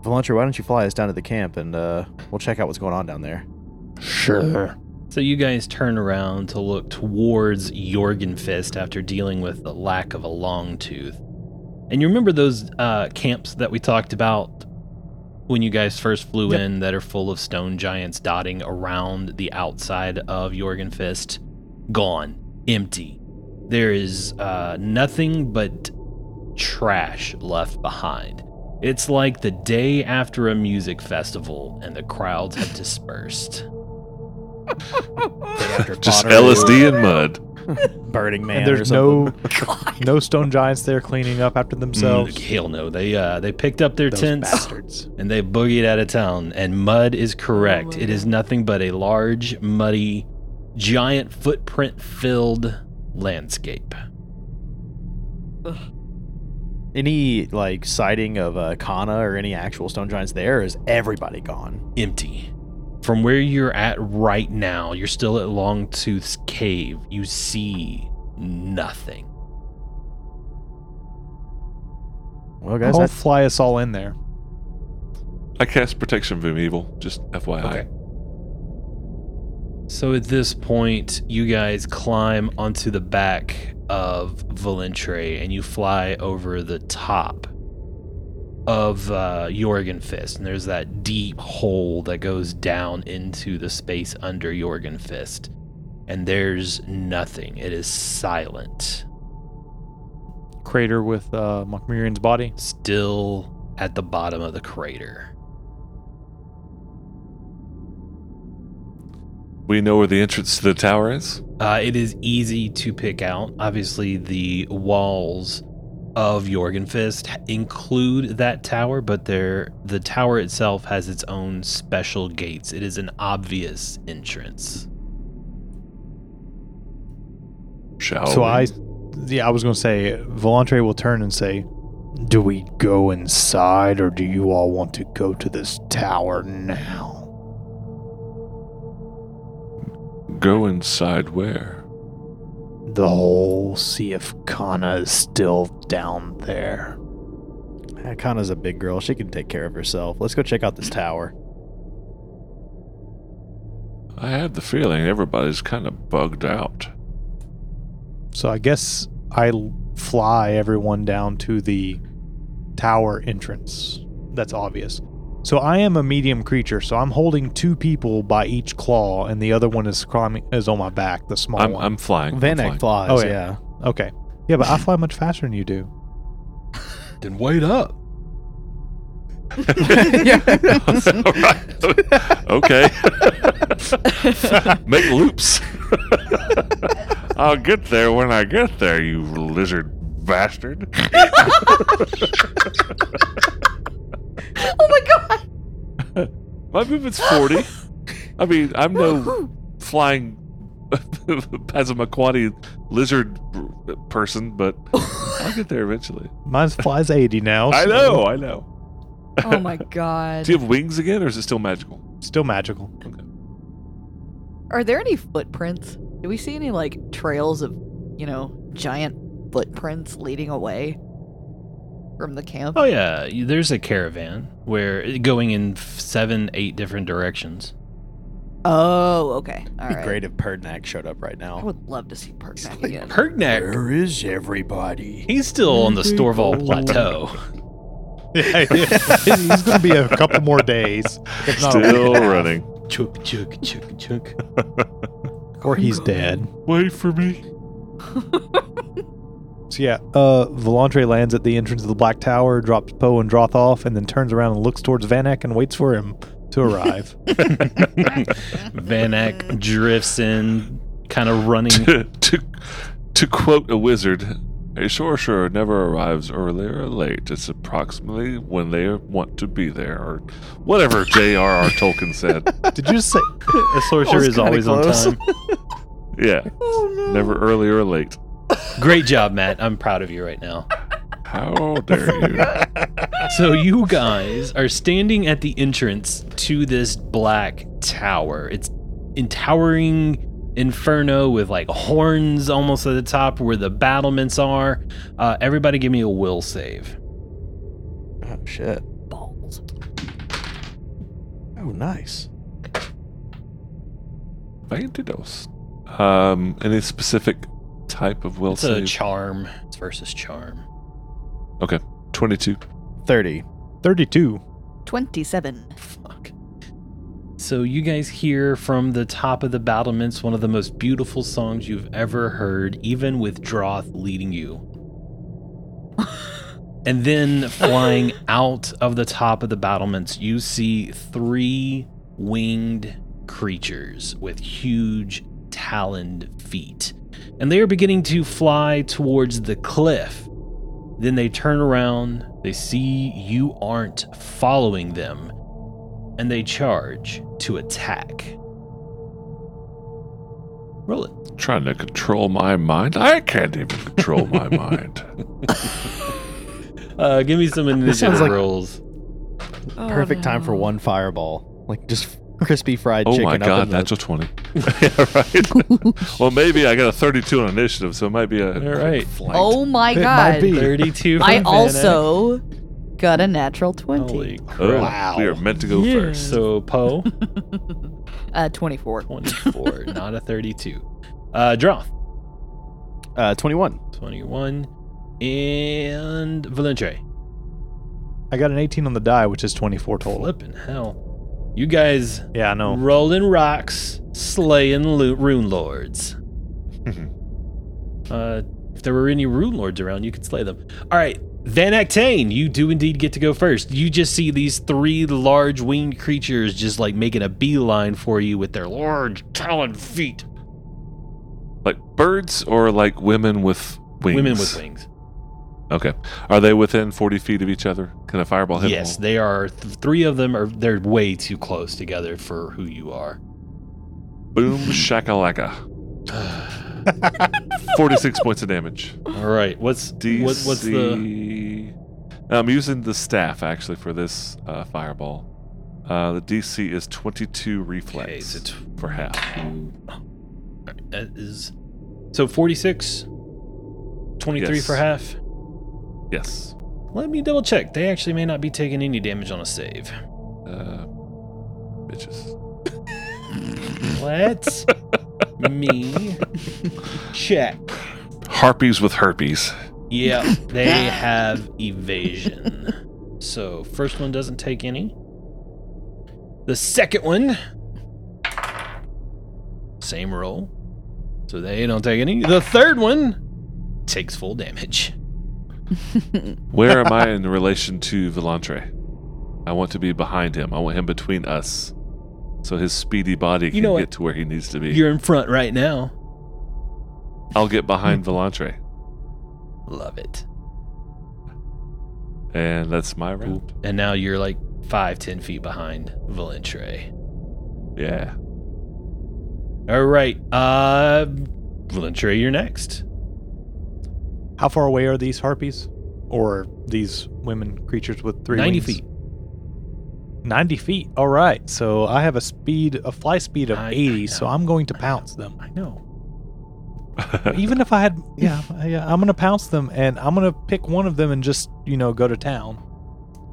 Volantre, why don't you fly us down to the camp and uh, we'll check out what's going on down there? Sure. So you guys turn around to look towards Jorgenfist after dealing with the lack of a long tooth. And you remember those uh, camps that we talked about when you guys first flew in that are full of stone giants dotting around the outside of Jorgenfist? Gone. Empty. There is uh, nothing but trash left behind. It's like the day after a music festival and the crowds have dispersed. Just Pottery. LSD and mud. Burning Man. and there's or something. no no stone giants there cleaning up after themselves. Mm, hell no. They uh they picked up their Those tents bastards. and they boogied out of town. And mud is correct. it is nothing but a large, muddy, giant footprint filled landscape. any like sighting of uh, Kana or any actual stone giants there? or Is everybody gone? Empty. From where you're at right now, you're still at Longtooth's cave. You see nothing. Well, guys, I'll I- fly us all in there. I cast protection from evil, just FYI. Okay. So at this point, you guys climb onto the back of Valentre and you fly over the top of uh, Jorgenfist. And there's that deep hole that goes down into the space under Jorgenfist. And there's nothing. It is silent. Crater with uh, Mockmirian's body. Still at the bottom of the crater. We know where the entrance to the tower is. Uh, it is easy to pick out. Obviously, the walls of Jorgenfist h- include that tower, but they're- the tower itself has its own special gates. It is an obvious entrance. Shall so we? I, yeah, I was gonna say Volantre will turn and say, Do we go inside or do you all want to go to this tower now? go inside where? The whole see if Kana is still down there. Eh, Kana's a big girl. She can take care of herself. Let's go check out this tower. I have the feeling everybody's kind of bugged out. so I guess I l- fly everyone down to the tower entrance. That's obvious. So I am a medium creature, so I'm holding two people by each claw, and the other one is climbing is on my back, the small I'm, one. I'm flying. I'm Vanek flying. Oh, flies. Oh, yeah. yeah. okay, yeah, but I fly much faster than you do. Then wait up. All right. okay. Make loops. I'll get there when I get there, you lizard bastard. Oh my god! My movement's 40. I mean, I'm no flying Pasamaquoddy lizard b- person, but I'll get there eventually. Mine flies eighty now. I so know, I know. Oh my god! Do you have wings again, or is it still magical? Still magical. Are there any footprints? Do we see any like trails of, you know, giant footprints leading away from the camp? Oh, yeah. y- There's a caravan where going in f- seven, eight different directions. Oh, okay. All It'd be right. great if Perdnak showed up right I now. would love to see Perknack again. Perkneck, is everybody? he's still on the Storval Plateau. He's gonna be a couple more days, if not a week, Still running. Chuk, chuk, chuk, chuk. or he's dead. Wait for me. So yeah, uh, Volantre lands at the entrance of the Black Tower, drops Poe and Droth off, and then turns around and looks towards Vanek and waits for him to arrive. Vanek drifts in, kind of running to, to, to quote a wizard, a sorcerer never arrives early or late. It's approximately when they want to be there, or whatever J.R.R. Tolkien said. Did you just say? A sorcerer is always on time. Oh, Yeah, never early or late. Great job, Matt. I'm proud of you right now. How dare you? So you guys are standing at the entrance to this black tower. It's in towering inferno with like horns almost at the top where the battlements are. Uh, everybody, give me a will save. Oh shit. Balls. Oh nice. Vandidos. Um, any specific type of will It's a save? charm. It's versus charm. 22. Thirty. 32. 27. Fuck. So you guys hear from the top of the battlements one of the most beautiful songs you've ever heard, even with Droth leading you. and then flying out of the top of the battlements, you see three winged creatures with huge taloned feet. And they are beginning to fly towards the cliff. Then they turn around, they see you aren't following them, and they charge to attack. Roll it. Trying to control my mind? I can't even control my mind. Uh, give me some initiative sounds like- rolls. Oh, Perfect time for one fireball. Like just crispy fried Oh chicken. my up god, in the- natural 20. yeah, right. well, maybe I got a 32 on initiative, so it might be a. All right. flight. Oh my It might god. be. 32. I from also got a natural 20. Vanek. Holy crap. Oh, We are meant to go Yeah. first. So Poe, Uh, 24. 24, not a 32. Uh, Droth, Uh, Twenty-one. 21. And Valentre, I got an 18 on the die, which is 24 total. flipping hell. You guys Yeah, I know. rolling rocks, slaying lo- rune lords. Mm-hmm. uh, if there were any rune lords around, you could slay them. All right, Van Actane, you do indeed get to go first. You just see these three large winged creatures just like making a beeline for you with their large taloned feet. Like birds or like women with wings? Women with wings. Okay. Are they within 40 feet of each other? Can a fireball hit yes, them? they are. Th- three of them are. They're way too close together for who you are. all? Boom, shakalaka. 46 points of damage. All right, what's DC. what, what's the I'm using the staff actually for this uh, fireball. Uh, the DC is 22 reflex Okay, so tw- for half. that is so 46 23 Yes. for half Yes. let me double check they actually may not be taking any damage on a save Uh, bitches. let me check Harpies with herpes. yeah they have evasion so first one doesn't take any the second one same roll so they don't take any the third one takes full damage Where am I in relation to Volantre? I want to be behind him. I want him between us. So his speedy body can know what? get to where he needs to be. you're in front right now I'll get behind Volantre. love it And that's my round. and now you're like five ten feet behind Valentre. Yeah. All right, uh, Valentre, you're next. How far away are these harpies? Or these women creatures with three Ninety wings? feet. 90 feet. All right. So I have a speed, a fly speed of I- I 80, so know. I'm going to pounce them. I know. Even if I had, yeah, yeah I'm going to pounce them and I'm going to pick one of them and just, you know, go to town.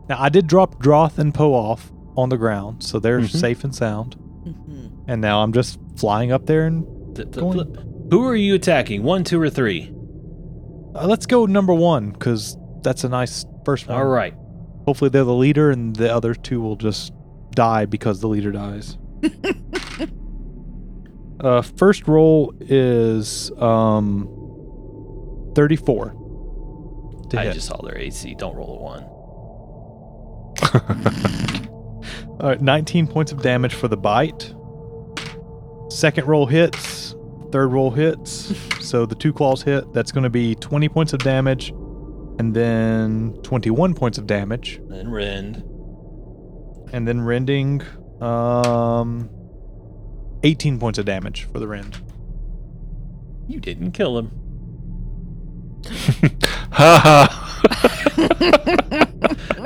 Now, I did drop Droth and Poe off on the ground, so they're Mhm. safe and sound. Mhm. And now I'm just flying up there and Flip, flip, Going- flip. Who are you attacking? One, two, or three? uh, let's go number one because that's a nice first one. All right. Hopefully they're the leader and the other two will just die because the leader dies. uh first roll is um 34. to I hit. just saw their AC. Don't roll a one. All right, 19 points of damage for the bite. Second roll hits, third roll hits. so the two claws hit, that's going to be 20 points of damage and then 21 points of damage. Then Rend. and then rending um 18 points of damage for the rend You didn't kill him. Ha ha.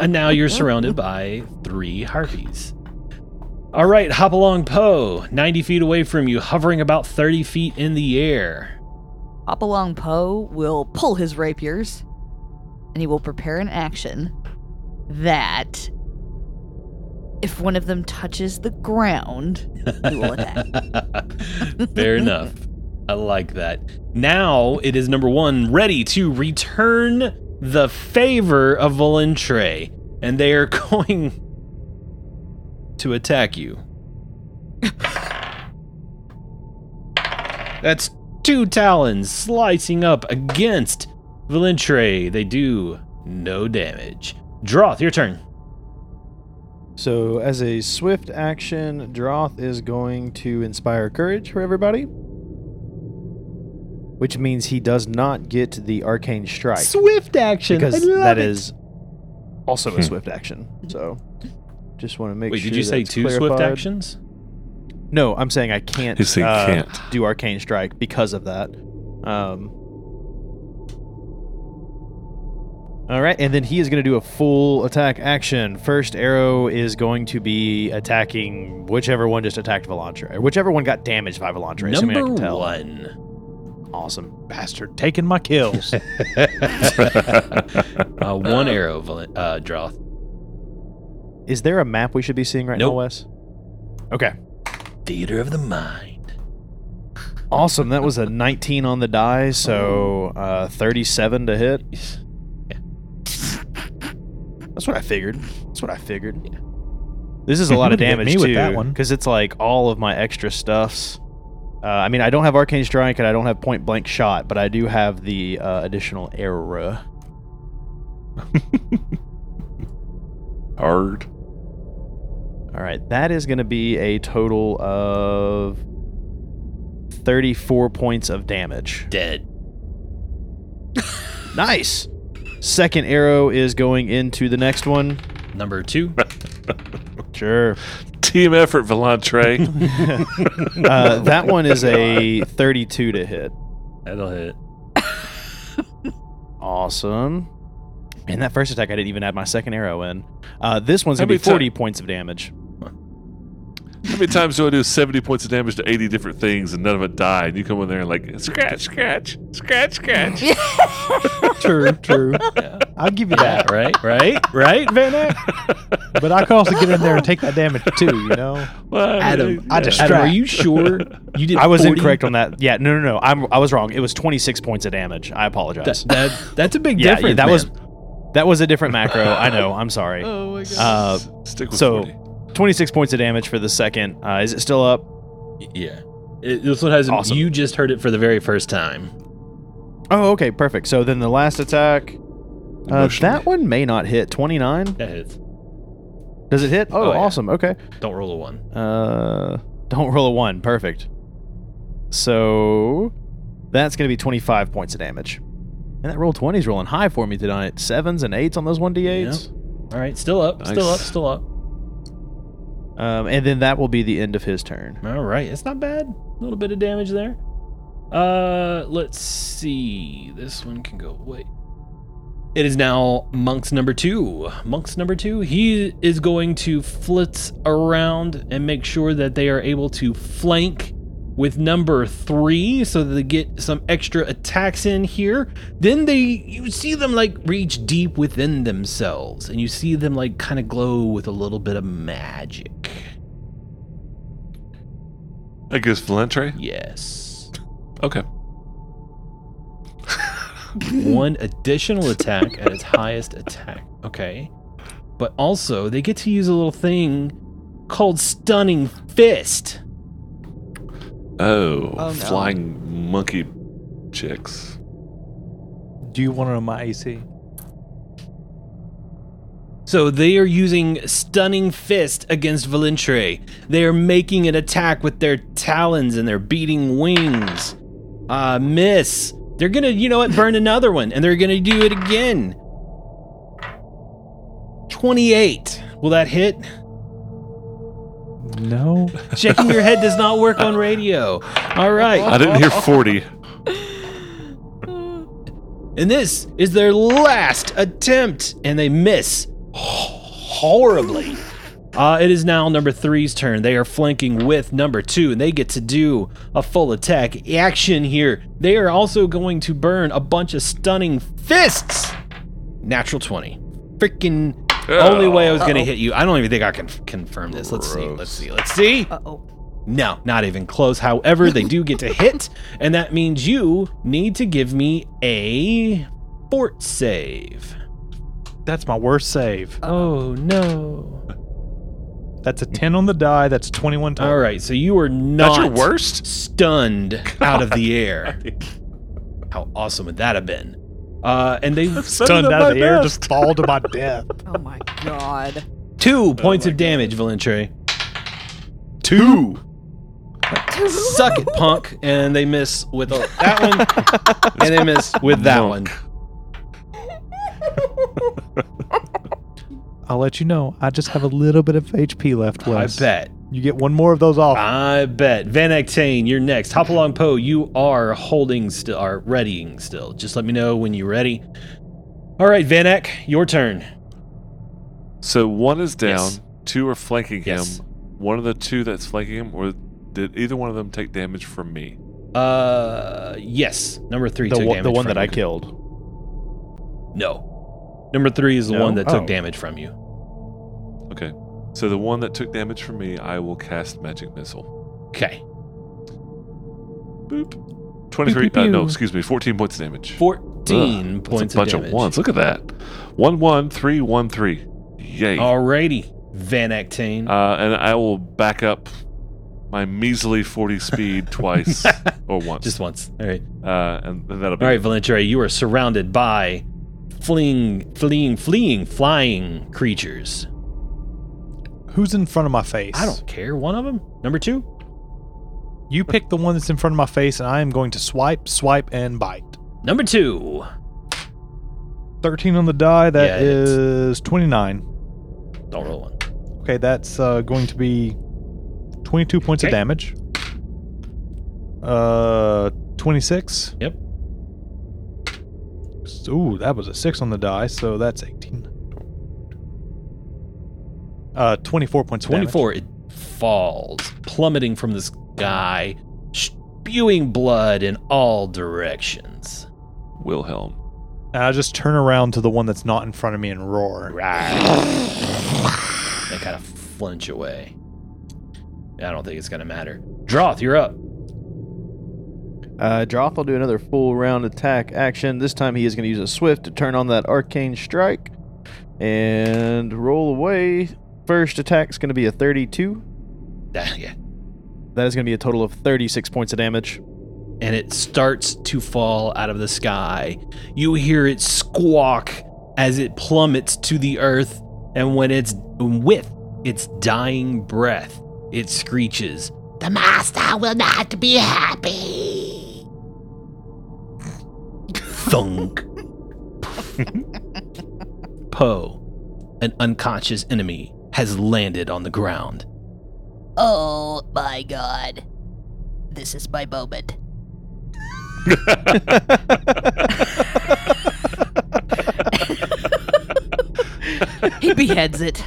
and now you're surrounded by three harpies. All right, hop along, Poe. 90 feet away from you, hovering about 30 feet in the air. Hopalong Poe will pull his rapiers and he will prepare an action that, if one of them touches the ground, he will attack. Fair enough. I like that. Now it is number one, ready to return the favor of Valentre, and they are going to attack you. That's two talons slicing up against Valentre. They do no damage. Droth, your turn. So, as a swift action, Droth is going to inspire courage for everybody, which means he does not get the arcane strike Swift action. because I love that it. is also Hmm. a swift action. So, just want to make Wait, sure. did you say that's two swift clarified. actions? No, I'm saying I can't. He's saying uh, can't. do arcane strike because of that. Um, all right, and then he is going to do a full attack action. First arrow is going to be attacking whichever one just attacked Volantre, or whichever one got damaged by Volantre. assuming I Number can tell. one. Awesome. Bastard taking my kills. Uh, one arrow, Valen- uh, Droth. Is there a map we should be seeing right Nope. now, Wes? Okay. Theater of the mind. Awesome. That was a 19 on the die, so uh, 37 to hit. That's what I figured. That's what I figured. This is a lot of Would've hit damage me too, with that one. because it's like all of my extra stuffs. Uh, I mean, I don't have arcane strike and I don't have point blank shot, but I do have the uh, additional arrow. Hard. All right, that is going to be a total of thirty-four points of damage. Dead. Nice. Second arrow is going into the next one. Number two. Sure. Team effort, Volantre. Uh, that one is a thirty-two to hit. That'll hit. Awesome. And that first attack, I didn't even add my second arrow in. Uh, this one's How gonna be many ti- 40 points of damage. How many times do I do 70 points of damage to 80 different things and none of it die? And you come in there and like, scratch, scratch, scratch, scratch. True, true. I'll give you that. right, right, right, Van Ack? But I can also get in there and take that damage too, you know? Well, Adam, I yeah. just- Adam, are distract. you sure you did? I was 40? incorrect on that. Yeah, no, no, no. I'm, I was wrong. It was 26 points of damage. That, I apologize. that- that's a big yeah, difference. that was man. that was a different macro. I know. I'm sorry. oh my Uh, stick with so- 40. 26 points of damage for the second. Uh, is it still up? yeah. It, this one has. Awesome. You just heard it for the very first time. Oh, okay, perfect. So then the last attack. Uh, Emotionally. that one may not hit. 29. That hits. Does it hit? Oh, Oh, yeah. awesome. Okay. Don't roll a one. Uh, don't roll a one. Perfect. So that's going to be 25 points of damage. And that roll 20 is rolling high for me tonight. Sevens and eights on those 1d8s. All right, still up, still up, Nice. still up. Um, and then that will be the end of his turn. All right, it's not bad. A little bit of damage there. Uh, let's see. This one can go away. It is now Monk's number two. Monk's number two. He is going to flitz around and make sure that they are able to flank with number three so that they get some extra attacks in here. Then they, you see them like reach deep within themselves and you see them like kind of glow with a little bit of magic. That goes Volantre? Yes. Okay. one additional attack at its highest attack. Okay. But also, they get to use a little thing called Stunning Fist. Oh, no. flying monkey chicks. Do you want to know my AC? So they are using Stunning Fist against Valentre. They are making an attack with their talons and their beating wings. Uh, miss. They're gonna, you know what, burn another one, and they're gonna do it again. 28. Will that hit? No. Shaking your head does not work on radio. All right. I didn't hear 40. And this is their last attempt, and they miss horribly. Uh, it is now number three's turn. They are flanking with number two, and they get to do a full attack action here. They are also going to burn a bunch of stunning fists. Natural 20. Freaking only way I was going to Uh-oh. hit you. I don't even think I can f- confirm this. Let's see. Let's Gross. see. Let's see. Uh oh. No, not even close. However, they do get to hit, and that means you need to give me a fort save. That's my worst save. Oh no. That's a 10 on the die. That's 21 total. All right, so you are That's your not worst? stunned out of the air. How awesome would that have been? Uh, and they Stunned Better than out of my the air, best. just fall to my death. Oh my god. Oh two points of damage, Valentre. Two. Suck it, punk. And they miss with a, that one, and they miss with that one. I'll let you know. I just have a little bit of HP left, I Wes. bet. You get one more of those off. I bet. Van Actane, you're next. Hopalong Poe, you are holding still, are readying still. Just let me know when you're ready. All right, Van Eck, your turn. So one is down, Yes. two are flanking Yes. him. One of the two that's flanking him, or did either one of them take damage from me? Uh, yes, number three The, took one, damage. the one from that I you. killed. No, number three is the No? one that Oh. took damage from you. Okay. So the one that took damage from me, I will cast magic missile. Okay, Boop. Twenty-three. Uh, no, excuse me. Fourteen points of damage. fourteen Ugh, points That's a bunch of damage. ones. Look at that. One one three one three. Yay. Alrighty, Van Actane. Uh, and I will back up my measly forty speed twice or once. Just once. All right. Uh, and, and that'll be. All right, Valentre, you are surrounded by fleeing, fleeing, fleeing, flying creatures. Who's in front of my face? I don't care. One of them. Number two. You pick the one that's in front of my face, and I am going to swipe, swipe, and bite. Number two. 13 on the die. That Yeah, it hits. is 29. Don't roll one. Okay, that's uh, going to be 22 points of Okay. damage. Uh, 26. Yep. So- Ooh, that was a 6 on the die, so that's 18. Uh, 24 points of damage. 24. It falls, plummeting from the sky, spewing blood in all directions. Wilhelm. And I just turn around to the one that's not in front of me and roar. They kind of flinch away. I don't think it's going to matter. Droth, you're up. Uh, Droth will do another full round attack action. This time he is going to use a swift to turn on that arcane strike and roll away. First attack's going to be a 32. yeah. That is going to be a total of 36 points of damage. and it starts to fall out of the sky. You hear it squawk as it plummets to the earth, and when it's with its dying breath, it screeches. The master will not be happy. thunk. Poe, an unconscious enemy, has landed on the ground. Oh my god. This is my moment. He beheads it.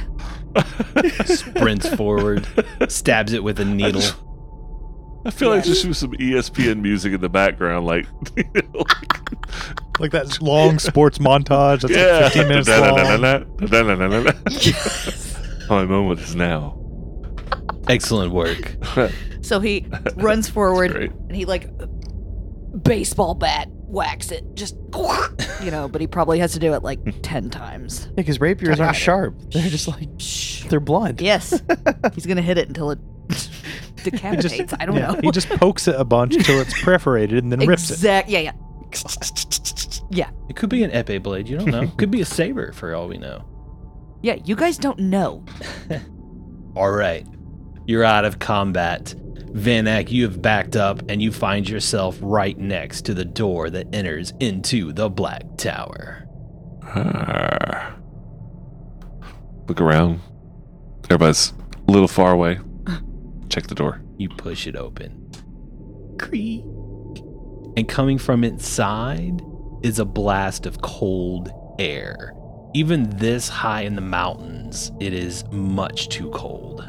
Sprints forward, stabs it with a I, needle. just- I feel like just with some E ESPN music in the background, like you know, Like that long sports montage that's yeah. like 15 minutes long. My moment is now. Excellent work. So he runs forward great. and he like baseball bat whacks it just you know, but he probably has to do it like 10 times. Yeah, because rapiers Got aren't it. sharp. They're just like, Shh. they're blunt. Yes. He's going to hit it until it decapitates. I don't Yeah, know. He just pokes it a bunch till it's perforated and then rips it. Exact. Yeah, yeah. It could be an epee blade. You don't know. It could be a saber, for all we know. Yeah, you guys don't know. All right. You're out of combat. Van Eck, you have backed up and you find yourself right next to the door that enters into the Black Tower. Ah. Look around. Everybody's a little far away. Check the door. You push it open. Creak. And coming from inside is a blast of cold air. Even this high in the mountains, it is much too cold.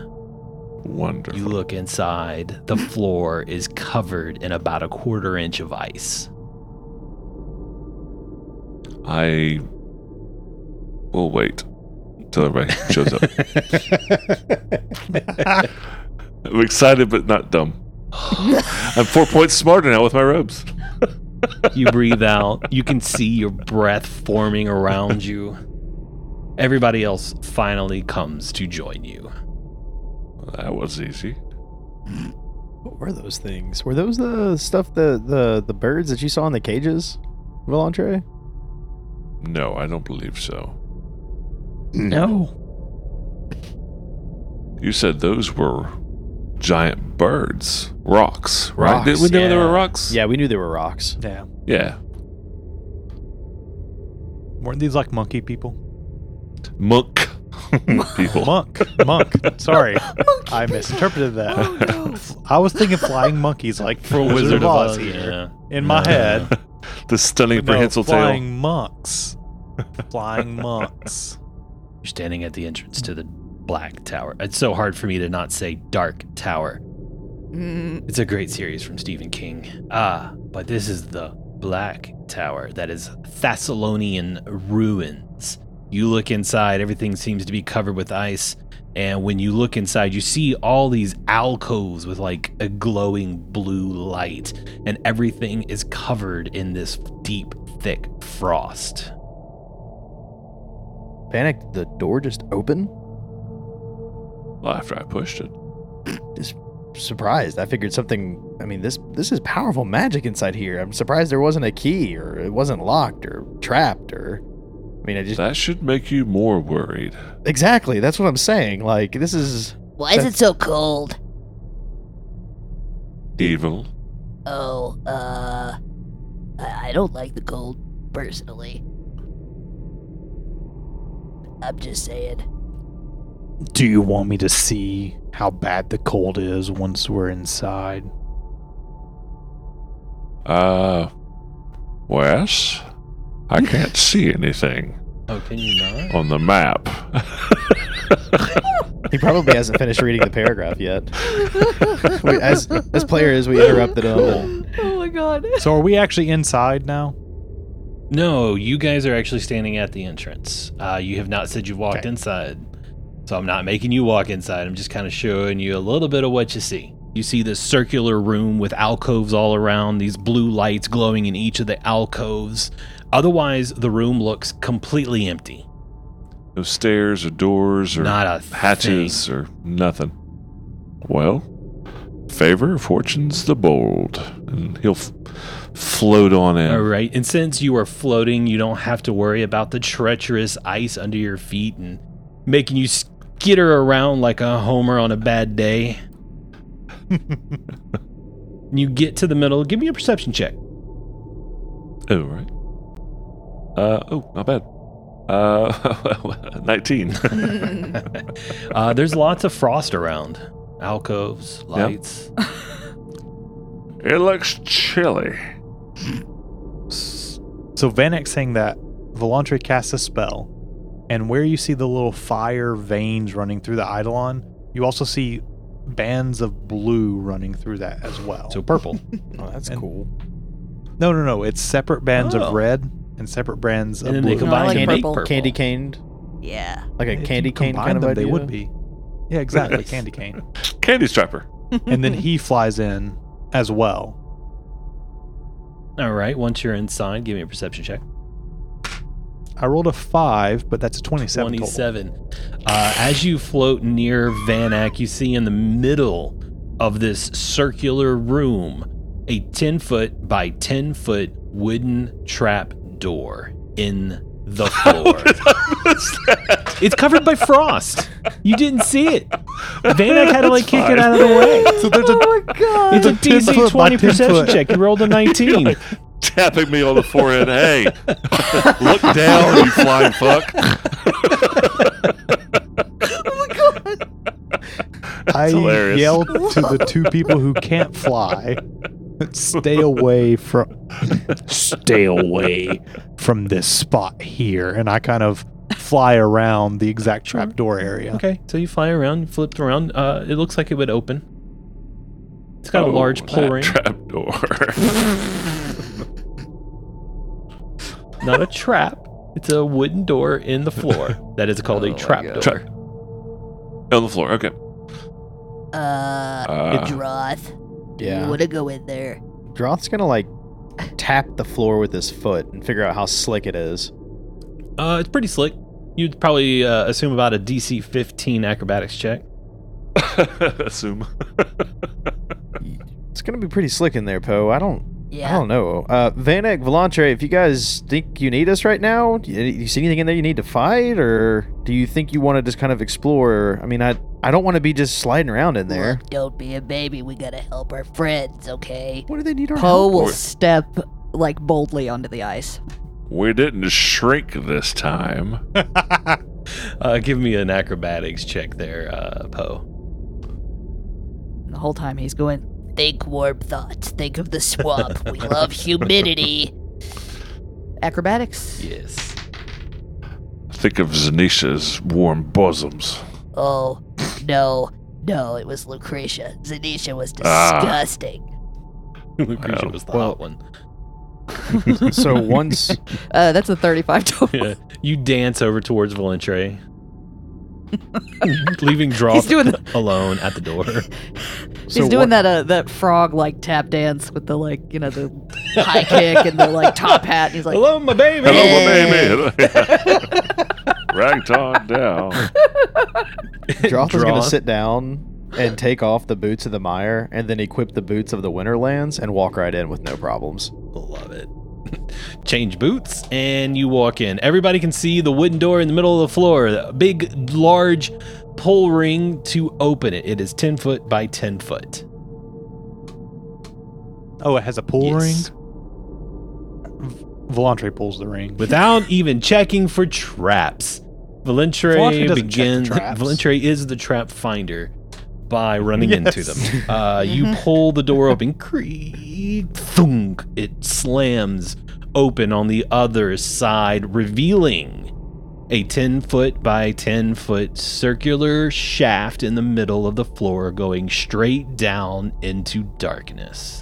Wonderful. You look inside, the floor is covered in about a quarter inch of ice. I will wait till everybody shows up. I'm excited but not dumb. I'm four points smarter now with my robes. You breathe out, you can see your breath forming around you. Everybody else finally comes to join you. That was easy. What were those things? Were those the stuff the the the birds that you saw in the cages, Volantre? No, I don't believe so. No. You said those were giant birds, rocks, right? Rocks, Did we know they yeah. were rocks? Yeah, we knew they were rocks. Yeah. Yeah. Weren't these like monkey people? Monk people. Monk. Monk. Sorry. I misinterpreted that. Oh no. I was thinking flying monkeys like For Wizard, of Oz, here yeah. in my No. head. The stunning But no, prehensile flying tail. monks. flying monks. You're standing at the entrance to the Black Tower. It's so hard for me to not say Dark Tower. Mm, It's a great series from Stephen King. Ah, but this is the Black Tower that is Thessalonian ruins. You look inside, everything seems to be covered with ice. And when you look inside, you see all these alcoves with like a glowing blue light, and everything is covered in this deep, thick frost. Panic! did The door just open. Well, after I pushed it. Surprised. I figured something. I mean, this this is powerful magic inside here. I'm surprised there wasn't a key or it wasn't locked or trapped or. I mean, I just That should make you more worried. exactly. That's what I'm saying. Like this is Why is it so cold? Evil. Oh, uh. I I don't like the cold, personally. I'm just saying. Do you want me to see how bad the cold is once we're inside? Uh, Wes, I can't see anything Oh, can you not? on the map. he probably hasn't finished reading the paragraph yet. We, as as players, we interrupted him. and- oh my god. So are we actually inside now? No, you guys are actually standing at the entrance. Uh, you have not said you've walked inside. So I'm not making you walk inside. I'm just kind of showing you a little bit of what you see. You see this circular room with alcoves all around, these blue lights glowing in each of the alcoves. Otherwise, the room looks completely empty. No stairs or doors or Not a hatches or nothing. Well, favor of fortune's the bold, and he'll f- float on in. All right. And since you are floating, you don't have to worry about the treacherous ice under your feet and making you skitter around like a homer on a bad day. you get to the middle. Give me a perception check. Oh, right. Uh, oh, not bad. Uh, 19. Uh, there's lots of frost around alcoves, lights. it looks chilly. So Vanek saying that Volantre casts a spell, and where you see the little fire veins running through the Eidolon, you also see bands of blue running through that as well. So purple. Oh, that's And- cool. no, no, no. It's separate bands Oh. of red and separate bands And of then they blue. No, I combine like and make purple. purple. Candy caned, Yeah. like a If you candy cane combine kind of them, idea. They would be. Yeah, exactly. Nice. Candy cane. Candy stripper. and then he flies in as well. All right. Once you're inside, give me a perception check. I rolled a five, but that's a twenty-seven. total. 27. Uh, as you float near Vanak, you see in the middle of this circular room a 10 foot by 10 foot wooden trap door in the floor. it's covered by frost. You didn't see it. Vanak had to like kick it out of the way. So there's a Oh my god. It's a It's a 10 DC foot by 20 10 perception foot. check. You rolled a 19. Tapping me on the forehead. Hey, look down, you flying fuck. I hilarious. yelled to the two people who can't fly Stay away from stay away from this spot here. And I kind of fly around the exact trapdoor area. Okay, so you fly around, flipped around. Uh, it looks like it would open. It's Oh, got a large pull ring, Oh, Trap door. not a trap. It's a wooden door in the floor that is called Oh a my trap God. door. Trap. On the floor. Okay. Uh, Uh, Droth. You Yeah. want to go in there? Droth's gonna like tap the floor with his foot and figure out how slick it is. Uh, it's pretty slick. You'd probably uh, assume about a DC 15 acrobatics check. Uh, assume. It's gonna be pretty slick in there, Poe. I don't I Yeah. don't know. Uh, Vanek, Volantre, if you guys think you need us right now, do you, you see anything in there you need to fight, or do you think you want to just kind of explore? I mean, I I don't want to be just sliding around in there. Look, don't be a baby. We gotta help our friends, okay? What do they need our Poe help? will with- step like boldly onto the ice. we didn't shrink this time. Uh, give me an acrobatics check there, uh, Poe. And the whole time he's going, Think warm thoughts. Think of the swamp. we love humidity. acrobatics. Yes. Think of Zanisha's warm bosoms. Oh, no. No, it was Lucretia. Zanisha was Ah. disgusting. Lucretia Wow. was the hot one. so once Uh, that's a 35 total. Yeah. You dance over towards Volantre, leaving Droth He's doing the- alone at the door. he's so doing one- that uh, that frog like tap dance with the like you know the high kick and the like top hat. And he's like, Hello, my baby. Hello, Hey. my baby. Ragged on down. Droth is gonna Droth. sit down and take off the boots of the mire, and then equip the boots of the Winterlands and walk right in with no problems. Love it. Change boots and you walk in. Everybody can see the wooden door in the middle of the floor. A big, large pole ring to open it. It is 10 foot by 10 foot. Oh, it has a pull Yes. ring. Volantre pulls the ring. Without even checking for traps, Volantre Valentre doesn't check begins. for traps. Valentre is the trap finder by running into Yes. them. Uh, you pull the door open. Creak, thunk. It slams open on the other side, revealing a 10 foot by 10 foot circular shaft in the middle of the floor going straight down into darkness.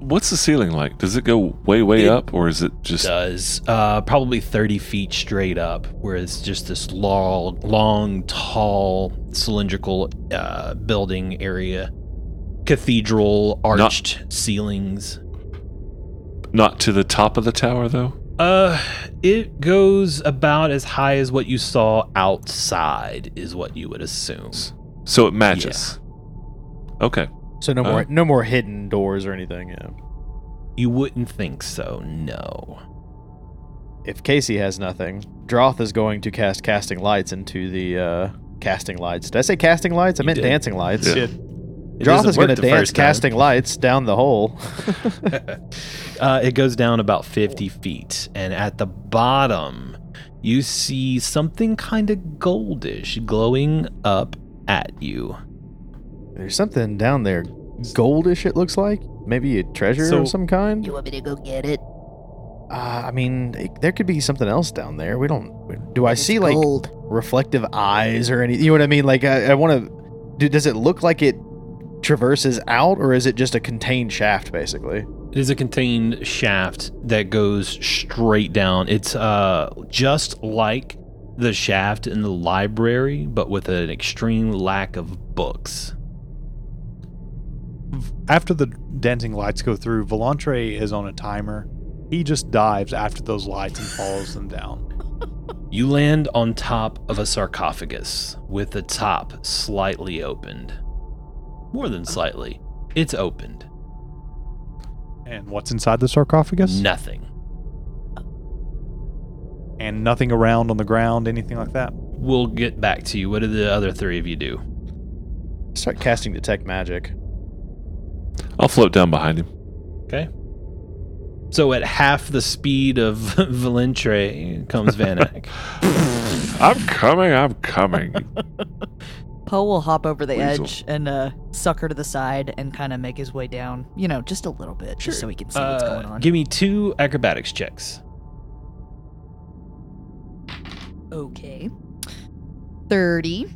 What's the ceiling like? Does it go way, way It up, or is it just does uh, probably 30 feet straight up where it's just this long long tall cylindrical uh, building area cathedral arched ceilings not to the top of the tower though? uh it goes about as high as what you saw outside is what you would assume So it matches. Okay. So no Uh. more no more hidden doors or anything. Yeah. you wouldn't think so no If Casey has nothing, Droth is going to cast casting lights into the uh, casting lights. Did I say casting lights? I You meant did. dancing lights. Yeah. It Droth doesn't is work going to the dance first time. casting lights down the hole. Uh, it goes down about 50 feet, and at the bottom, you see something kind of goldish glowing up at you. There's something down there, goldish. It looks like maybe a treasure So- of some kind. You want me to go get it? Uh, I mean, it- there could be something else down there. We don't. we- Do I see like Gold. reflective eyes or anything? You know what I mean? Like I, I want to. Do, does it look like it traverses out, or is it just a contained shaft, basically? It is a contained shaft that goes straight down. It's uh, just like the shaft in the library, but with an extreme lack of books. After the dancing lights go through, Volantre is on a timer. He just dives after those lights and follows them down. You land on top of a sarcophagus with the top slightly opened. More than slightly, it's opened. And what's inside the sarcophagus? Nothing. And nothing around on the ground, anything like that. We'll get back to you. What do the other three of you do? Start casting detect magic. I'll float down behind him. So at half the speed of Valentre comes Vanek. I'm coming, I'm coming. Poe will hop over the Weasel. edge and uh, suck her to the side and kind of make his way down, you know, just a little bit, just so he can see what's Uh, going on. Give me two acrobatics checks. okay. 30,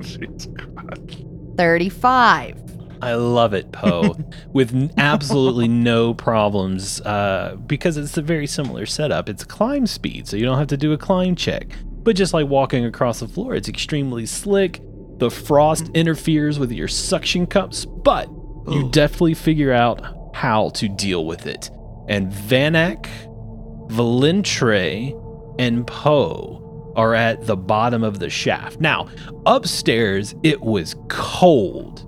Jesus Christ. 35. I love it, Poe, with n- absolutely no problems uh, because it's a very similar setup. It's climb speed, so you don't have to do a climb check. But just like walking across the floor, it's extremely slick. The frost interferes with your suction cups, but you definitely figure out how to deal with it. And Vanak, Valentre, and Poe are at the bottom of the shaft. Now, upstairs, it was cold.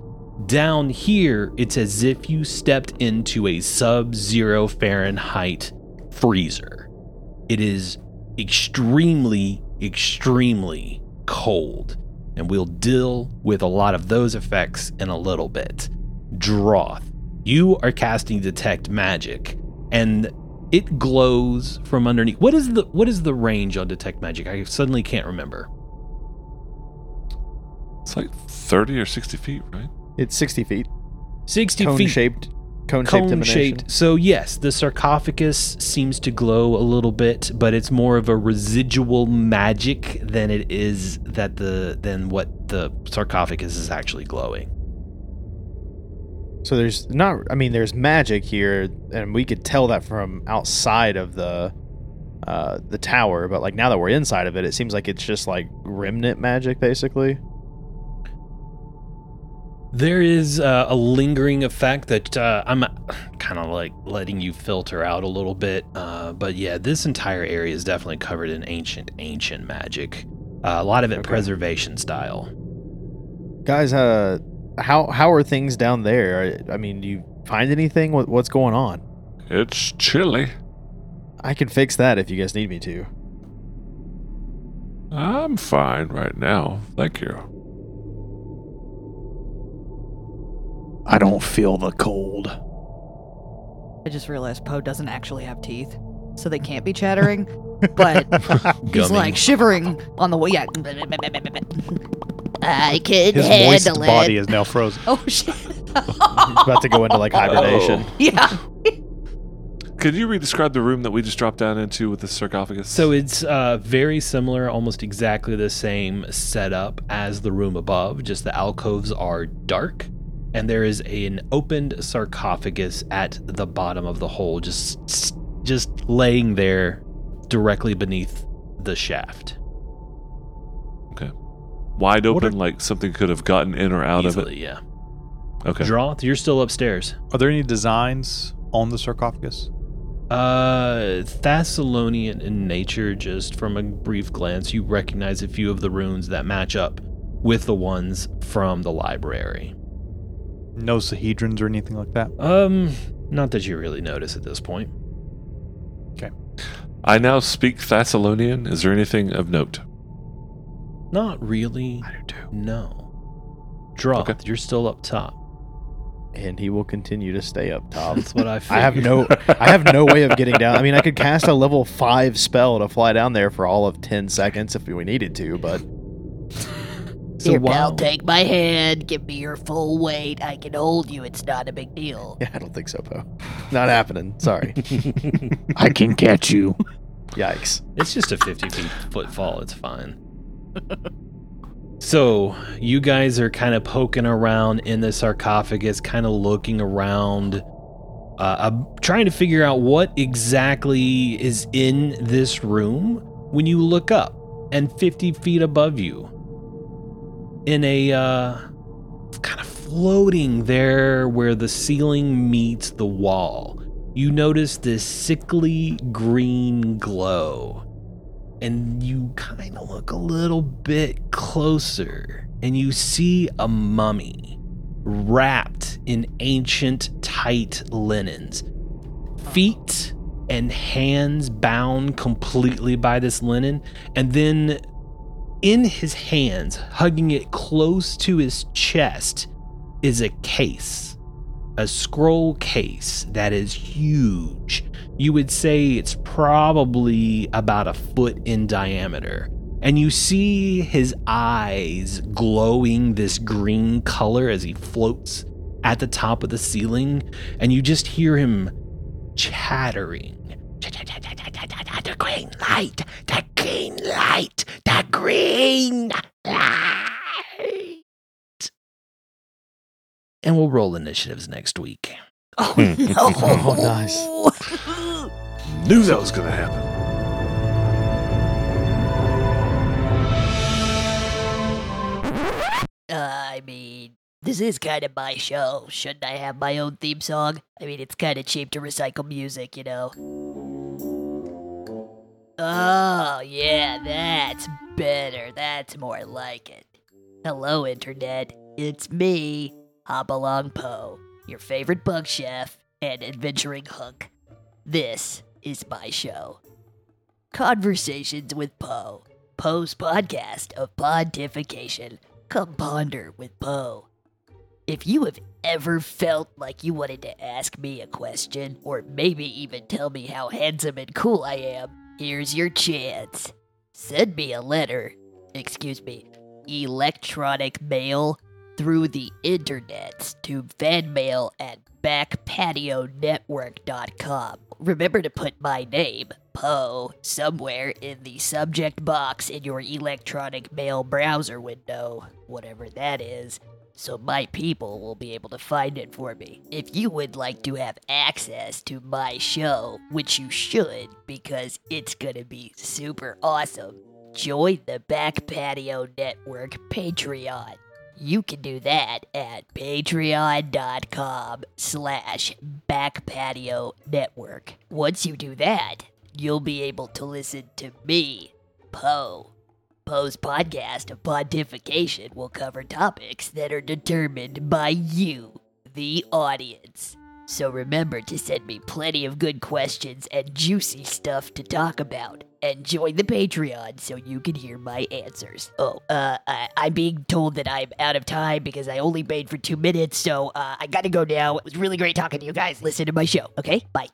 Down here, it's as if you stepped into a sub zero Fahrenheit freezer. It is extremely, extremely cold, and we'll deal with a lot of those effects in a little bit. Droth, you are casting detect magic, and it glows from underneath. What is the what is the range on detect magic? I suddenly can't remember. It's like 30 or 60 feet, right? It's 60 feet. 60 Cone feet. shaped. Cone shaped cone dimension. shaped. So yes, the sarcophagus seems to glow a little bit, but it's more of a residual magic than it is that the than what the sarcophagus is actually glowing. So there's not. I mean, there's magic here, and we could tell that from outside of the uh, the tower. But like now that we're inside of it, it seems like it's just like remnant magic, basically. There is uh, a lingering effect that uh, I'm kind of like letting you filter out a little bit, uh, but yeah, this entire area is definitely covered in ancient, ancient magic. Uh, a lot of it Okay. preservation style. Guys, uh, how how are things down there? I, I mean, do you find anything? What, what's going on? It's chilly. I can fix that if you guys need me to. I'm fine right now. Thank you. I don't feel the cold. I just realized Poe doesn't actually have teeth, so they can't be chattering, but he's Gummy. like shivering on the way. Yeah. I could His moist handle body it. is now frozen. Oh, shit. About to go into like hibernation. yeah. Can you redescribe the room that we just dropped down into with the sarcophagus? So it's uh, very similar, almost exactly the same setup as the room above, just the alcoves are dark. And there is an opened sarcophagus at the bottom of the hole, just just laying there directly beneath the shaft. wide What open, like something could have gotten in or out Easily, yeah. of it. Okay. Droth, you're still upstairs. Are there any designs on the sarcophagus? Uh, Thessalonian in nature, just from a brief glance, you recognize a few of the runes that match up with the ones from the library. No sahedrons or anything like that? Um, not that you really notice at this point. I now speak Thessalonian. Is there anything of note? Not really. I do too. No. Droth, Okay. you're still up top. And he will continue to stay up top. That's what I figured. I have no I have no way of getting down. I mean, I could cast a level 5 spell to fly down there for all of 10 seconds if we needed to, but So Here, while- pal, take my hand. Give me your full weight. I can hold you. It's not a big deal. yeah, I don't think so, Poe. Not happening. Sorry. I can catch you. Yikes. It's just a 50 feet foot fall. It's fine. so you guys are kind of poking around in the sarcophagus, kind of looking around. Uh, I'm trying to figure out what exactly is in this room when you look up and 50 feet above you in a uh, kind of floating there where the ceiling meets the wall you notice this sickly green glow and you kind of look a little bit closer and you see a mummy wrapped in ancient tight linens feet and hands bound completely by this linen and then in his hands hugging it close to his chest is a case a scroll case that is huge. You would say it's probably about a foot in diameter. and you see his eyes glowing this green color as he floats at the top of the ceiling, and you just hear him chattering. The green light, the green light, the green light. And we'll roll initiatives next week. Oh no! Oh, nice. Knew that was gonna happen. Uh, I mean, this is kind of my show. Shouldn't I have my own theme song? I mean, it's kind of cheap to recycle music, you know. Oh, yeah, that's better. That's more like it. Hello, Internet. It's me, Hopalong Poe, your favorite bug chef and adventuring hunk. This is my show. Conversations with Poe, Poe's podcast of pontification. Come ponder with Poe. If you have ever felt like you wanted to ask me a question, or maybe even tell me how handsome and cool I am, here's your chance. Send me a letter, excuse me, electronic mail through the internets to fanmail at backpationetwork.com. Remember to put my name, Poe, somewhere in the subject box in your electronic mail browser window, whatever that is, so my people will be able to find it for me. If you would like to have access to my show, which you should because it's gonna be super awesome, join the Back Patio Network Patreon. You can do that at patreon.com slash backpatio network. Once you do that, you'll be able to listen to me, Poe. Poe's podcast of pontification will cover topics that are determined by you, the audience. So remember to send me plenty of good questions and juicy stuff to talk about. And join the Patreon so you can hear my answers. Oh, uh, I, I'm being told that I'm out of time because I only paid for two minutes, so uh, I gotta go now. It was really great talking to you guys. Listen to my show, okay? Bye.